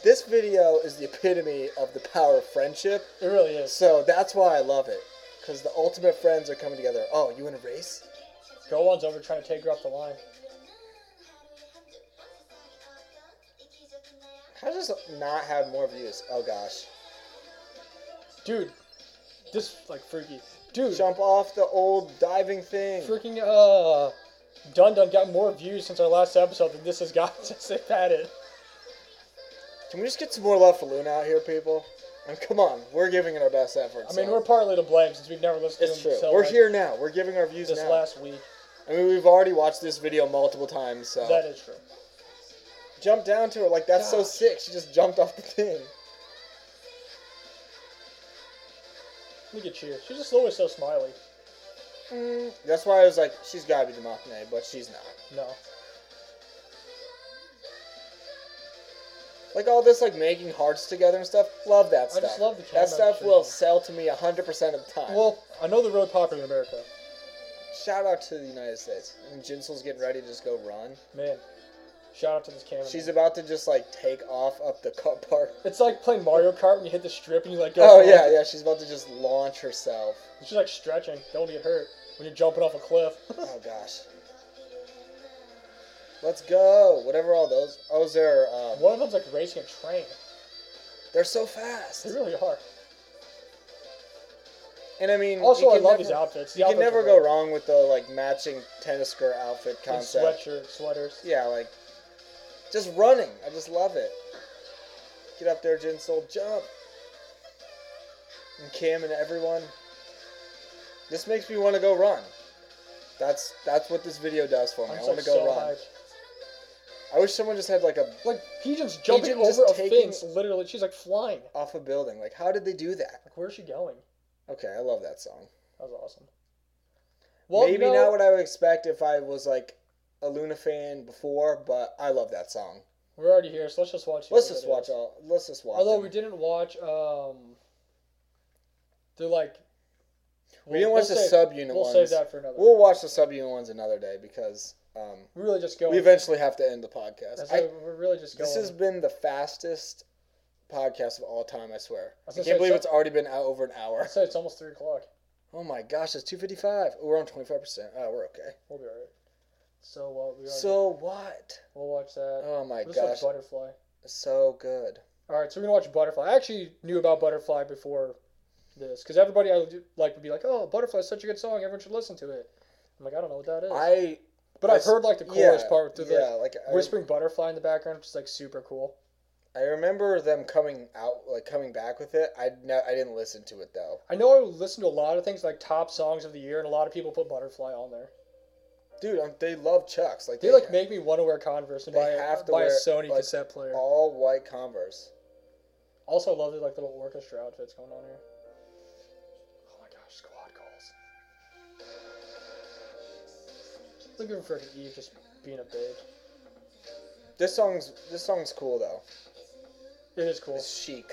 A: this video is the epitome of the power of friendship.
B: It really is.
A: So that's why I love it, because the ultimate friends are coming together. Oh, you in a race?
B: Go on's over trying to take her off the line.
A: How does it not have more views? Oh gosh,
B: Dude, this like freaky. Dude,
A: jump off the old diving thing.
B: freaking uh, Dun Dun got more views since our last episode than this has got <laughs> since they've had it.
A: Can we just get some more love for Luna out here, people? And come on, we're giving it our best effort.
B: I mean,
A: so-
B: we're partly to blame since we've never listened
A: It's
B: to them
A: true.
B: until,
A: We're
B: like,
A: here now. We're giving our views
B: this
A: now.
B: last week.
A: I mean, we've already watched this video multiple times, so
B: That is true.
A: jump down to her like that's so
B: Gosh.
A: sick. She just jumped off the thing.
B: Look at you. She's just always so smiley.
A: Mm, That's why I was like, she's gotta be Demokne, but she's not.
B: No.
A: Like all this, like making hearts together and stuff. Love that
B: I
A: stuff.
B: just love the camera
A: that stuff
B: shooting.
A: will sell to me hundred percent of the time.
B: Well, I know they're really popular in America.
A: shout out to the United States. And Jinsel's getting ready to just go run.
B: Man, shout out to this camera.
A: She's about to just like take off up the car park.
B: It's like playing Mario Kart when you hit the strip and you like go.
A: Oh
B: for it.
A: yeah, yeah. She's about to just launch
B: <laughs>
A: herself.
B: It's just like stretching. Don't get hurt when you're jumping off
A: <laughs>
B: a cliff.
A: Oh gosh. Let's go. Whatever all those. Oh, they're um,
B: One of them's like racing a train.
A: they're so fast.
B: They really are.
A: And I mean,
B: Also,
A: you
B: I
A: can
B: love
A: never-
B: these outfits. The
A: You can
B: outfits
A: never
B: are
A: go
B: great.
A: wrong with the like matching tennis skirt outfit
B: And
A: concept.
B: Sweatshirt, sweaters.
A: Yeah, like just running. I just love it. Get up there, Jin Soul, jump. And Kim and everyone. This makes me want to go run. That's that's what this video does for me.
B: I'm
A: i
B: just,
A: want
B: like,
A: to go
B: so
A: run.
B: hyped.
A: I wish someone just had like a
B: Like Pigeon's jumping
A: Pigeon just
B: over a
A: taking-
B: fence. Literally, she's like flying.
A: off a building. Like how did they do that?
B: Like where's she going?
A: Okay, I love that song.
B: That was awesome. Well,
A: Maybe
B: you know,
A: not what I would expect if I was like a Luna fan before, but I love that song.
B: we're already here, so let's just watch. the
A: Let's
B: other
A: just
B: videos.
A: watch all. Let's just watch.
B: Although
A: them.
B: we didn't watch, um, they're like.
A: We didn't watch the
B: save,
A: subunit
B: We'll
A: ones.
B: save that for another.
A: We'll watch the subunit ones another day because um,
B: we really just go.
A: we eventually have to end the podcast.
B: that's
A: I,
B: like, we're really just going.
A: this has been the fastest podcast of all time. I swear. I
B: I was
A: can't
B: gonna say,
A: believe
B: so-
A: it's already been out over an hour.
B: So it's almost three o'clock.
A: Oh my gosh, it's two fifty five. We're on twenty five percent. Oh, we're okay.
B: We'll be alright. So uh, we are.
A: So what?
B: we'll watch that.
A: Oh my
B: Let's
A: gosh,
B: watch Butterfly.
A: so good.
B: All right, so we're gonna watch Butterfly. I actually knew about Butterfly before this because everybody I would- like would be like, "Oh, Butterfly is such a good song. Everyone should listen to it." I'm like, I don't know what that is,
A: I
B: but I've
A: I-
B: heard like the chorus part through
A: yeah, like
B: the whispering butterfly in the background, which is like super cool.
A: I, I remember them coming out, like coming back with it. I no, I didn't listen to it though.
B: I know I listen to a lot of things like top songs of the year, and a lot of people put Butterfly on there.
A: Dude, um, they love Chucks. Like
B: They like make me want to wear Converse and
A: They
B: buy,
A: have
B: a
A: to
B: buy a
A: wear,
B: Sony
A: like,
B: cassette player.
A: all white Converse.
B: Also, love the like little orchestra outfits going on here. Oh my gosh, squad calls. Look at freaking Eve just being a babe.
A: This song's this song's cool though.
B: It is cool.
A: It's chic.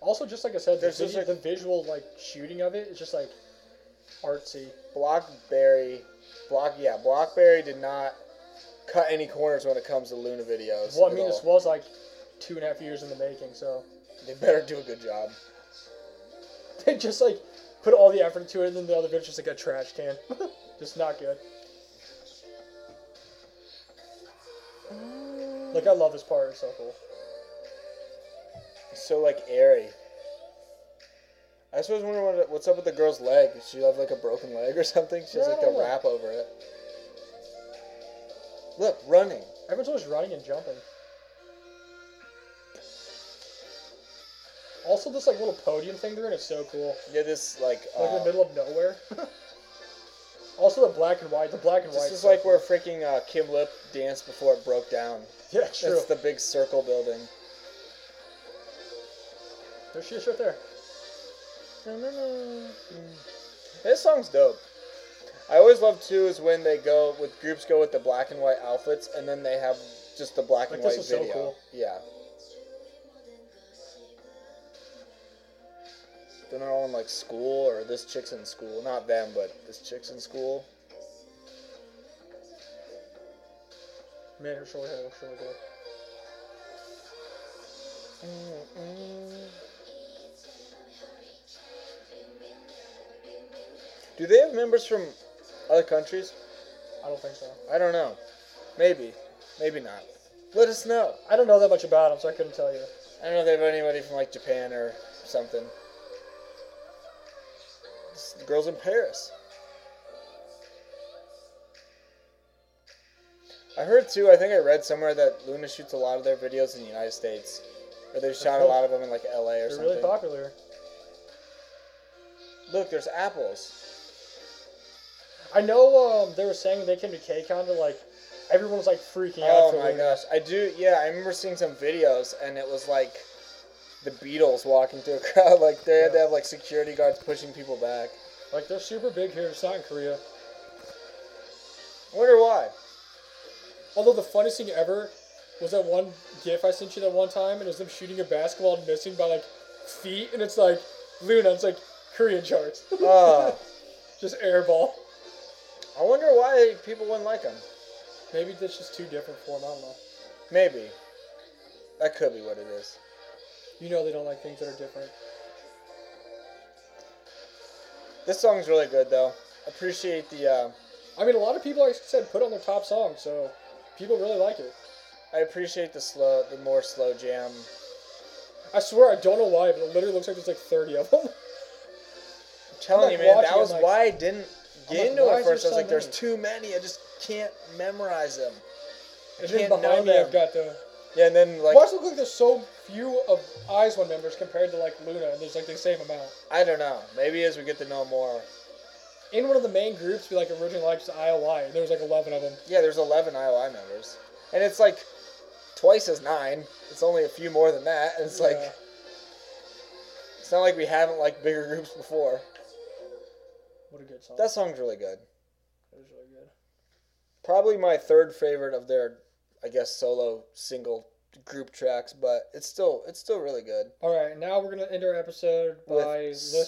B: Also, just like I said, the,
A: There's just,
B: video,
A: like-
B: the visual like shooting of it is just like artsy.
A: Blockberry, block yeah, Blockberry did not cut any corners when it comes to Luna videos.
B: Well, I
A: at
B: mean,
A: all.
B: this was like two and a half years in the making, so <laughs>
A: they better do a good job.
B: they just like put all the effort into it, and then the other video's just like a trash can. <laughs> just not good. Like I love this part. It's so cool.
A: It's so like airy. I just was wondering what, what's up with the girl's leg. Does she have like a broken leg or something? She has
B: Yeah, I
A: like
B: don't
A: a
B: know.
A: wrap over it. Look, running.
B: Everyone's always running and jumping. Also, this like little podium thing they're in is so cool.
A: Yeah, this like.
B: Like in
A: uh,
B: the middle of nowhere. <laughs> also, the black and white. The black and white.
A: This is like where freaking uh, Kim Lip danced before it broke down.
B: <laughs> Yeah, true.
A: That's the big circle building.
B: There she is, right there.
A: This song's dope. I always love too is when they go with groups go with the black and white outfits and then they have just the black
B: Like,
A: and
B: this
A: white
B: was so
A: video.
B: cool.
A: Yeah. Then they're all in like school or this chick's in school. Not them, but this chick's in school.
B: Man, her short hair looks really good.
A: Do they have members from other countries?
B: I don't think so.
A: I don't know. Maybe. Maybe not. Let us know.
B: I don't know that much about him, so I couldn't tell you.
A: I don't know if they have anybody from like Japan or something. It's the girls in Paris. I heard too, I think I read somewhere that Luna shoots a lot of their videos in the United States. Or they've shot a
B: cool.
A: lot of them in like LA or
B: They're
A: something.
B: really popular.
A: Look, there's apples.
B: I know um, they were saying they came to KCON to like everyone was like freaking out.
A: oh
B: for
A: my
B: Luna.
A: gosh. I do, yeah, I remember seeing some videos and it was like the Beatles walking through a crowd. <laughs> Like they had to
B: Yeah.
A: have like security guards pushing people back.
B: Like they're super big here. It's not in Korea.
A: I wonder
B: <laughs>
A: why.
B: Although the funniest thing ever was that one GIF I sent you that one time, and it was them shooting a basketball and missing by like feet, and it's like Luna. It's like Korean charts.
A: Oh.
B: <laughs> just airball.
A: I wonder why people wouldn't like them.
B: Maybe that's just too different for them. I don't know.
A: Maybe. That could be what it is.
B: You know they don't like things that are different.
A: This song's really good, though. Appreciate the. Uh,
B: I mean, a lot of people, like I said, put on their top song, so people really like it.
A: I appreciate the slow, the more slow jam.
B: I swear, I don't know why, but it literally looks like there's like 30 of them. <laughs>
A: I'm telling
B: like,
A: you, man,
B: watching
A: that
B: it,
A: was
B: like-
A: why I didn't
B: I'm
A: get
B: like,
A: into
B: why
A: it first. I
B: is there
A: was
B: so
A: like, there's
B: many?
A: too many. I just can't memorize them.
B: And
A: can't
B: then
A: know
B: behind me,
A: them.
B: I've got the.
A: Yeah, and then like
B: Why does it look like there's so few of Eyes One members compared to like Luna, and there's like the same amount?
A: I don't know. Maybe as we get to know more.
B: In one of the main groups, we like originally liked IOI, and there was like 11 of them.
A: Yeah, there's 11 IOI members, and it's like twice as nine. It's only a few more than that, and it's like
B: Yeah.
A: it's not like we haven't liked bigger groups before.
B: What a good song.
A: That song's really good.
B: That was really good.
A: probably my third favorite of their I guess solo single group tracks, but it's still it's still really good.
B: All right, now we're gonna end our episode by listening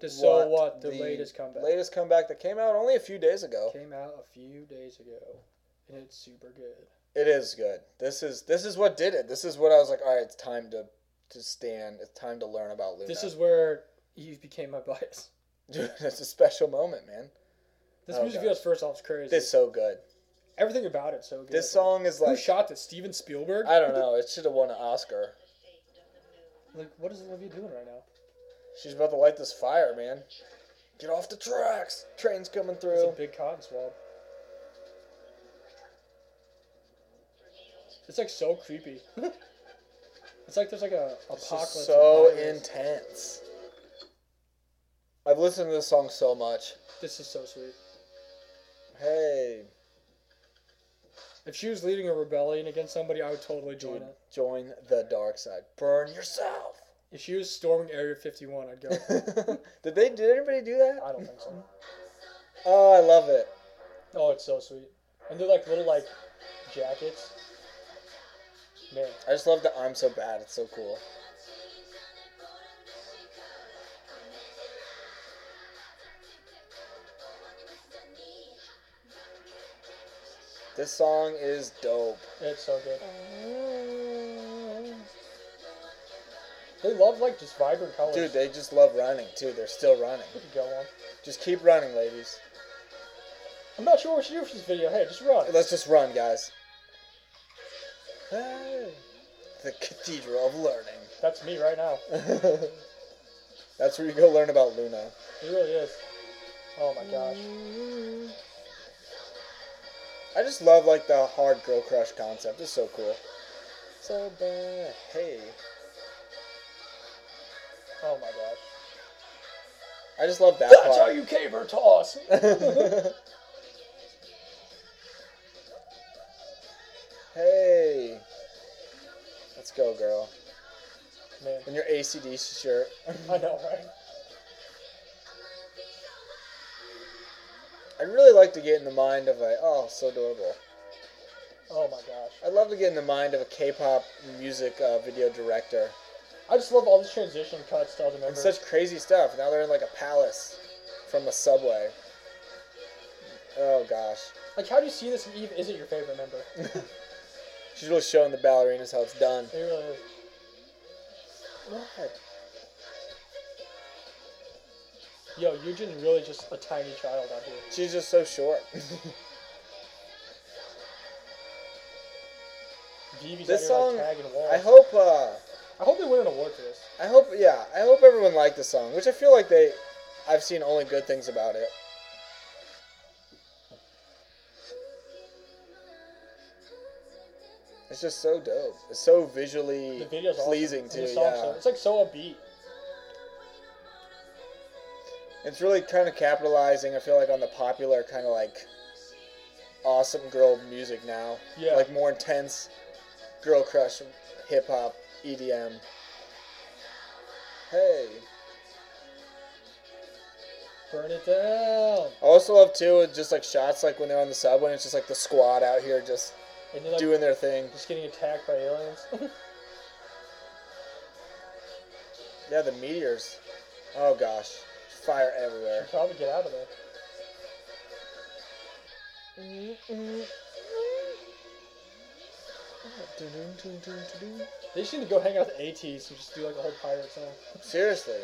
B: to So What, the, latest comeback
A: Latest comeback that came out only a few days ago.
B: came out a few days ago, and it's super good.
A: It is good. This is this is what did it. This is what I was like, all right, it's time to to stand. It's time to learn about Luna.
B: This is where you became my bias.
A: <laughs>
B: <laughs>
A: Dude, it's a special moment, man.
B: This
A: Oh,
B: music
A: God.
B: video's first off is crazy.
A: It's so good.
B: Everything about it's so good.
A: This song is
B: Who
A: like
B: shot this? Steven Spielberg?
A: I don't know. It should have won an Oscar.
B: Like, what is Olivia doing right now?
A: She's about to light this fire, man. Get off the tracks. Train's coming
B: It's a
A: through.
B: big cotton swab. It's like so creepy. <laughs> it's like there's like a
A: This is
B: apocalypse.
A: so
B: of virus.
A: intense. I've listened to this song so much.
B: This is so sweet.
A: Hey,
B: If she was leading a rebellion against somebody, I would totally join
A: dude,
B: it.
A: join the dark side. Burn yourself. <laughs>
B: If she was storming Area 51, I'd go.
A: did they? Did anybody do that?
B: I don't think so.
A: Oh, I love it.
B: Oh, it's so sweet. And they're like little like jackets. Man,
A: I just love that I'm so bad. It's so cool. This song is dope.
B: it's so good. They love like just vibrant colors.
A: Dude, they just love running too. They're still running.
B: We could go on.
A: Just keep running, ladies.
B: I'm not sure what she do for this video. Hey, just run.
A: Let's just run, guys. Hey. The Cathedral of Learning. <laughs>
B: That's me right now.
A: That's where you go learn about Luna.
B: It really is. Oh my gosh.
A: I just love like the hard girl crush concept. It's so cool. So bad. Hey.
B: Oh my gosh.
A: I just love that
B: That's how
A: part.
B: you came her toss.
A: <laughs> hey. Let's go, girl.
B: Man, <laughs>
A: In your ACDC shirt.
B: I know, right?
A: I'd really like to get in the mind of a, oh, so adorable.
B: Oh my gosh.
A: I'd love to get in the mind of a K-pop music uh, video director.
B: I just love all these transition cuts to other
A: And
B: members.
A: such crazy stuff. Now they're in like a palace from a subway. Oh gosh. <laughs>
B: like, how do you see this? and Eve isn't your favorite member.
A: She's really showing the ballerinas how it's done.
B: It really is.
A: What?
B: Yo, Eugen's really just a tiny child out here.
A: She's just so short. <laughs>
B: Vivi's
A: This
B: out
A: song,
B: here, like, tagging walls.
A: I hope uh
B: I hope they win an award for this.
A: I hope yeah, I hope everyone liked the song, which I feel like they I've seen only good things about it. It's just so dope. It's so visually
B: The video's awesome.
A: pleasing
B: And
A: too.
B: the song's
A: yeah.
B: so- It's like so upbeat.
A: It's really kind of capitalizing, I feel like, on the popular kind of like awesome girl music now.
B: Yeah.
A: Like more intense girl crush, hip hop, EDM. Hey.
B: Burn it down.
A: I also love too, it's just like shots like when they're on the subway, and it's just like the squad out here just
B: And they're like
A: doing their thing.
B: just getting attacked by aliens. <laughs>
A: Yeah, the meteors. Oh gosh. Fire everywhere.
B: Probably get out of there. They just need to go hang out with ATs and just do like a whole pirate song.
A: Seriously.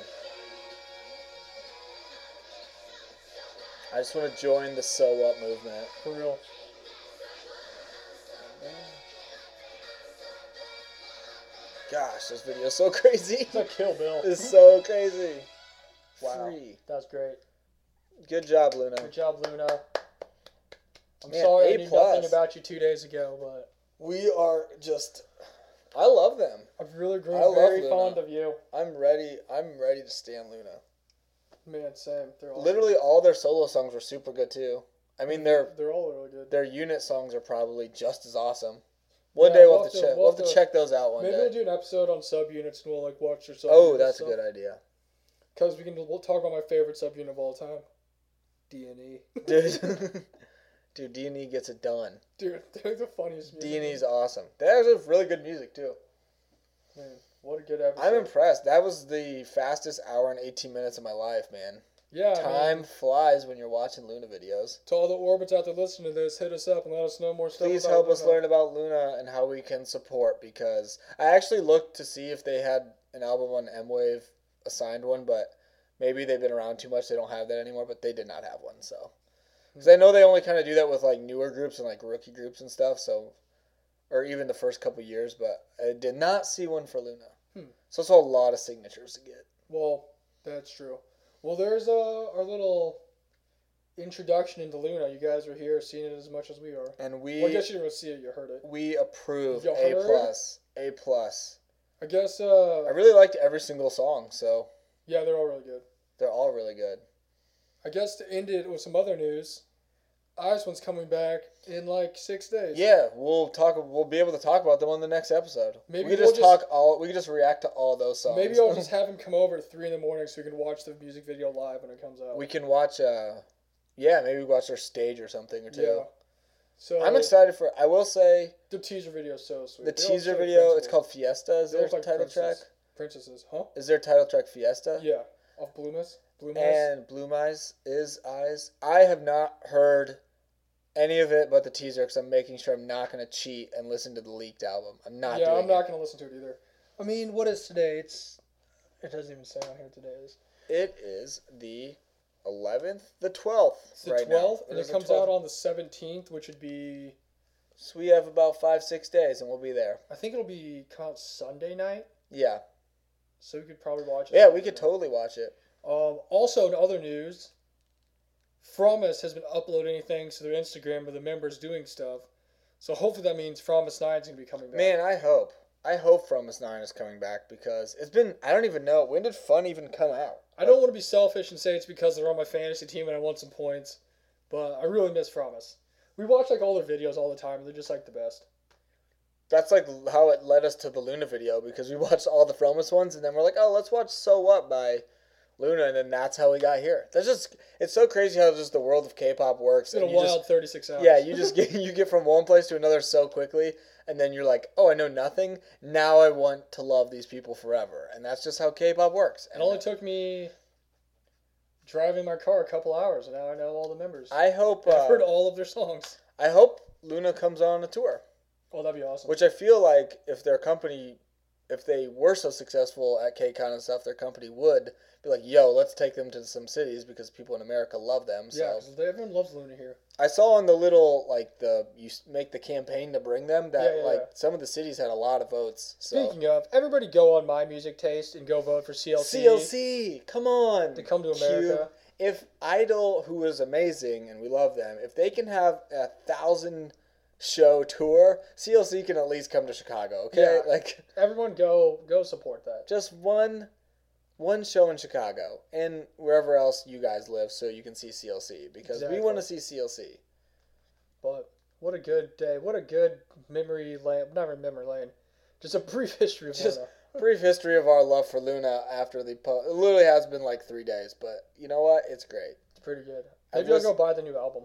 A: I just want to join the so up movement.
B: For real.
A: Gosh, this video is so <laughs> crazy.
B: It's like Kill Bill.
A: It's so crazy.
B: Wow.
A: Free.
B: That was great.
A: Good job, Luna.
B: Good job, Luna. I'm
A: Man,
B: sorry I
A: A
B: knew
A: plus.
B: nothing about you two days ago, but
A: We are just. I love them.
B: I've really grown
A: I love
B: very
A: Luna.
B: fond of you.
A: I'm ready. I'm ready to stand Luna.
B: Man, Sam, they're all
A: Literally, all their solo songs were super good too. I mean, their
B: they're all really good.
A: their unit songs are probably just as awesome. One
B: Yeah,
A: day
B: we'll
A: we'll have to
B: have to-
A: check.
B: we'll
A: We'll
B: have
A: have to
B: to-
A: check those out one
B: Maybe we'll
A: day.
B: do an episode on subunits and we'll like watch your subunits.
A: Oh, that's a good idea,
B: Because we can we'll talk about my favorite subunit of all time. <laughs> DNE.
A: E.
B: <laughs>
A: dude. dude, D and E gets it done.
B: Dude, <laughs> they're the funniest.
A: D and E's awesome. They actually have really good music too.
B: Man, what a good episode.
A: I'm impressed. That was the fastest hour and 18 minutes of my life, man.
B: yeah, I mean,
A: Time flies when you're watching Luna videos.
B: To all the orbits out there listening to this, hit us up and let us know more stuff.
A: Please
B: about
A: help us
B: Luna.
A: learn about Luna and how we can support because I actually looked to see if they had an album on M Wave assigned one, but maybe they've been around too much. They don't have that anymore, but they did not have one. So, because I know they only kind of do that with like newer groups and like rookie groups and stuff. So, or even the first couple years, but I did not see one for Luna.
B: Hmm.
A: So it's a lot of signatures to get.
B: Well, that's true. Well, there's uh, our little introduction into Luna. You guys are here, seeing it as much as we are.
A: And we
B: Well, I guess you didn't see it. You heard it.
A: We approve
B: You
A: A
B: heard?
A: plus. A plus.
B: I guess.
A: I
B: Uh,
A: really liked every single song, so
B: yeah, they're all really good.
A: they're all really good.
B: I guess to end it with some other news, Iceland's coming back in like six days.
A: Yeah, we'll talk. We'll be able to talk about them on the next episode.
B: Maybe
A: we can
B: we'll
A: just talk all. We can just react to all those songs.
B: Maybe
A: <laughs>
B: I'll just have him come over at three in the morning so we can watch the music video live when it comes out.
A: we can watch. Uh, yeah, maybe we watch their stage or something or two.
B: yeah. So
A: I'm excited for. I will say
B: The teaser video is so sweet.
A: the
B: They look
A: teaser
B: so
A: video. It's
B: principled.
A: called Fiesta. Is
B: They
A: their
B: look like
A: title track?
B: princesses. Princesses, huh?
A: Is their title track Fiesta?
B: Yeah, of Bloomis. Bloomis.
A: and Blue Eyes is eyes. I have not heard any of it but the teaser because I'm making sure I'm not going to cheat and listen to the leaked album. I'm not.
B: yeah,
A: doing
B: I'm not
A: It.
B: gonna listen to it either. I mean, what is today? It's it doesn't even say on here today is.
A: It is the 11th, the 12th.
B: It's the
A: right now.
B: 12th, and
A: is
B: it
A: the
B: comes
A: 12th.
B: out on the 17th, which would be
A: So we have about five, six days, and we'll be there.
B: I think it'll be come out Sunday night,
A: Yeah,
B: so we could probably watch it.
A: yeah, we could
B: Sunday night.
A: totally watch it.
B: Um, also, in other news, Fromus has been uploading things to their Instagram of the members doing stuff. So hopefully that means Fromus Nine's gonna be coming back.
A: Man, I hope. I hope From Us Nine is coming back because it's been I don't even know when did Fun even come out.
B: I don't want to be selfish and say it's because they're on my fantasy team and I want some points, but I really miss Promise. We watch like all their videos all the time. and They're just like the best.
A: That's like how it led us to the Luna video because we <laughs> watched all the From Us ones and then we're like, oh, let's watch So What by Luna, and then that's how we got here. That's just it's so crazy how just the world of K-pop works.
B: It's been a
A: and you just-
B: wild 36 hours.
A: Yeah, you
B: <laughs>
A: just get <laughs> you get from one place to another so quickly, and then you're like, oh, I know nothing. Now I want to love these people forever, and that's just how K-pop works.
B: It only took me driving my car a couple hours, and now I know all the members.
A: I hope
B: <laughs> I've heard
A: uh,
B: all of their songs.
A: I hope Luna comes on a tour,
B: Oh, that'd be awesome.
A: which I feel like if their company, if they were so successful at KCON and stuff, their company would be like, yo, let's take them to some cities because people in America love them. So
B: yeah, 'cause they- everyone loves Luna here.
A: I saw on the little like the you s- make the campaign to bring them that
B: Yeah, yeah,
A: like
B: yeah.
A: some of the cities had a lot of votes. So.
B: Speaking of, everybody go on My Music Taste and go vote for CLC.
A: CLC, come on.
B: To come to
A: Cube.
B: America.
A: If Idol, who is amazing and we love them, if they can have a thousand show tour, CLC can at least come to Chicago, okay?
B: Yeah.
A: Like
B: Everyone go go support that.
A: just one one show in Chicago and wherever else you guys live so you can see CLC because we want to see CLC.
B: But what a good day. What a good memory lane. Not even memory lane. Just a <laughs> brief history of
A: Just-
B: Luna.
A: Brief history of our love for Luna after the po- it literally has been like 3 days, but you know what? It's great.
B: It's pretty good.
A: I've
B: Maybe I'll go
A: listened-
B: buy the new album.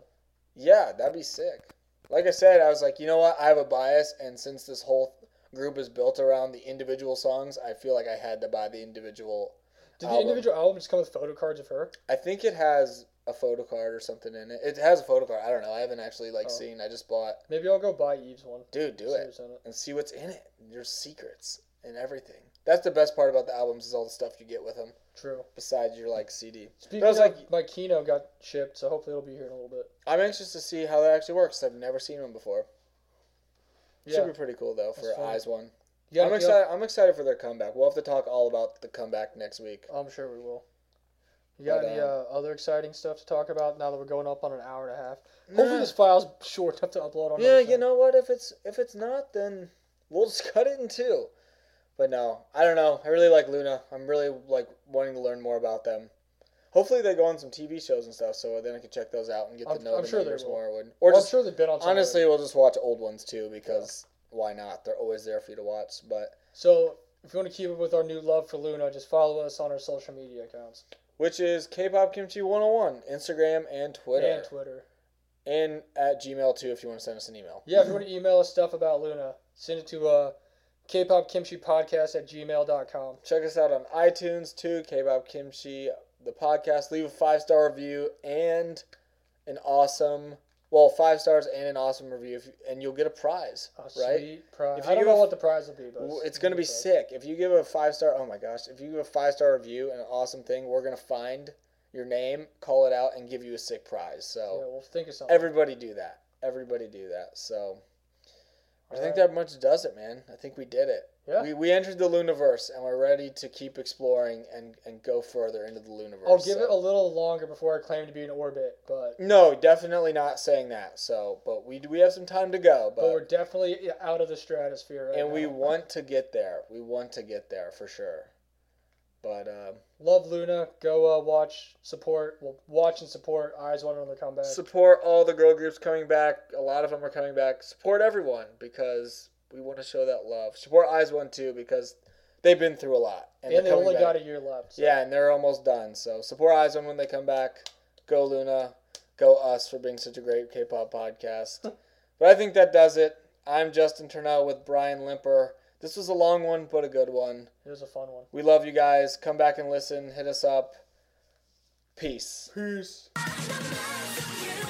A: Yeah, that'd be sick. Like I said, I was like, you know what? I have a bias, and since this whole group is built around the individual songs, I feel like I had to buy the individual.
B: Did the
A: Album.
B: individual album just come with photo cards of her?
A: I think it has a photo card or something in it. It has a photo card. I don't know. I haven't actually like
B: Oh.
A: seen. I just bought.
B: Maybe I'll go buy Eve's one.
A: Dude, do
B: See
A: it
B: what's in it.
A: and see what's in it. Your secrets and everything. That's the best part about the albums is all the stuff you get with them.
B: True.
A: Besides your like CD.
B: Speaking
A: That was
B: of,
A: like-
B: my Kino got shipped, so hopefully it'll be here in a little bit.
A: I'm anxious to see how that actually works. I've never seen one before.
B: Yeah.
A: Should be pretty cool though
B: That's
A: for
B: fun.
A: Eyes One.
B: You
A: I'm
B: got a Kino?
A: excited. I'm excited for their comeback. We'll have to talk all about the comeback next week.
B: I'm sure we will. You got
A: But,
B: any uh,
A: um,
B: other exciting stuff to talk about now that we're going up on an hour and a half?
A: Nah.
B: Hopefully this file's short enough to upload on.
A: yeah,
B: another
A: you
B: thing.
A: know what? If it's if it's not, then we'll <laughs> just cut it in two. But no, I don't know. I really like Luna. I'm really like wanting to learn more about them. Hopefully they go on some TV shows and stuff, so then I can check those out and get to
B: I'm-
A: know
B: I'm
A: the
B: sure they
A: members
B: will.
A: more. Or,
B: Or
A: or
B: I'm
A: just
B: sure they've been on. some of it.
A: honestly, we'll just watch old ones too because why not? They're always there for you to watch. But
B: So if you want to keep up with our new love for Luna, just follow us on our social media accounts
A: which is K-pop Kimchi 101 Instagram and Twitter
B: and Twitter.
A: and at Gmail too if you want to send us an email.
B: Yeah, if you want to email us stuff about Luna, send it to uh, kpopkimchipodcast at gmail.com.
A: Check us out on iTunes too, Kebab Kimchi, the podcast. Leave a five star review and an awesome, well, five stars and an awesome review, if, and you'll get a prize,
B: A
A: right?
B: Oh, sweet prize.
A: If
B: I
A: you
B: don't
A: give a
B: know
A: f-
B: what the prize will be, but
A: W- It's gonna be
B: good.
A: sick if you give a five star. Oh my gosh, if you give a five star review and an awesome thing, we're gonna find your name, call it out, and give you a sick prize.
B: Yeah,
A: So
B: we'll think of something.
A: everybody do that. Everybody do that. So I think
B: Alright.
A: that much does it, man. I think we did it.
B: Yeah.
A: We, we entered the Luniverse and we're ready to keep exploring and, and go further into the Luniverse.
B: I'll Oh, give it a
A: so-
B: little longer before I claim to be in orbit, but
A: No, definitely not saying that. So, but we we have some time to go,
B: but we're
A: but,
B: definitely out of the stratosphere. Right
A: and we
B: now.
A: want to get there. We want to get there for sure. But um,
B: love Luna. Go uh, watch, support. Well, watch and support. Eyes one on the comeback.
A: support all the girl groups coming back. A lot of them are coming back. Support everyone because we want to show that love. Support Eyes One too because they've been through a lot
B: and
A: they're
B: they
A: coming
B: only
A: back.
B: got a year left. so
A: Yeah, and they're almost done. So support Eyes on when they come back. Go Luna. Go us for being such a great K-pop podcast. but I think that does it. I'm Justin Turneau with Brian Limper. This was a long one, but a good one.
B: it was a fun one.
A: We love you guys. Come back and listen. Hit us up. Peace.
B: Peace.
C: I love you.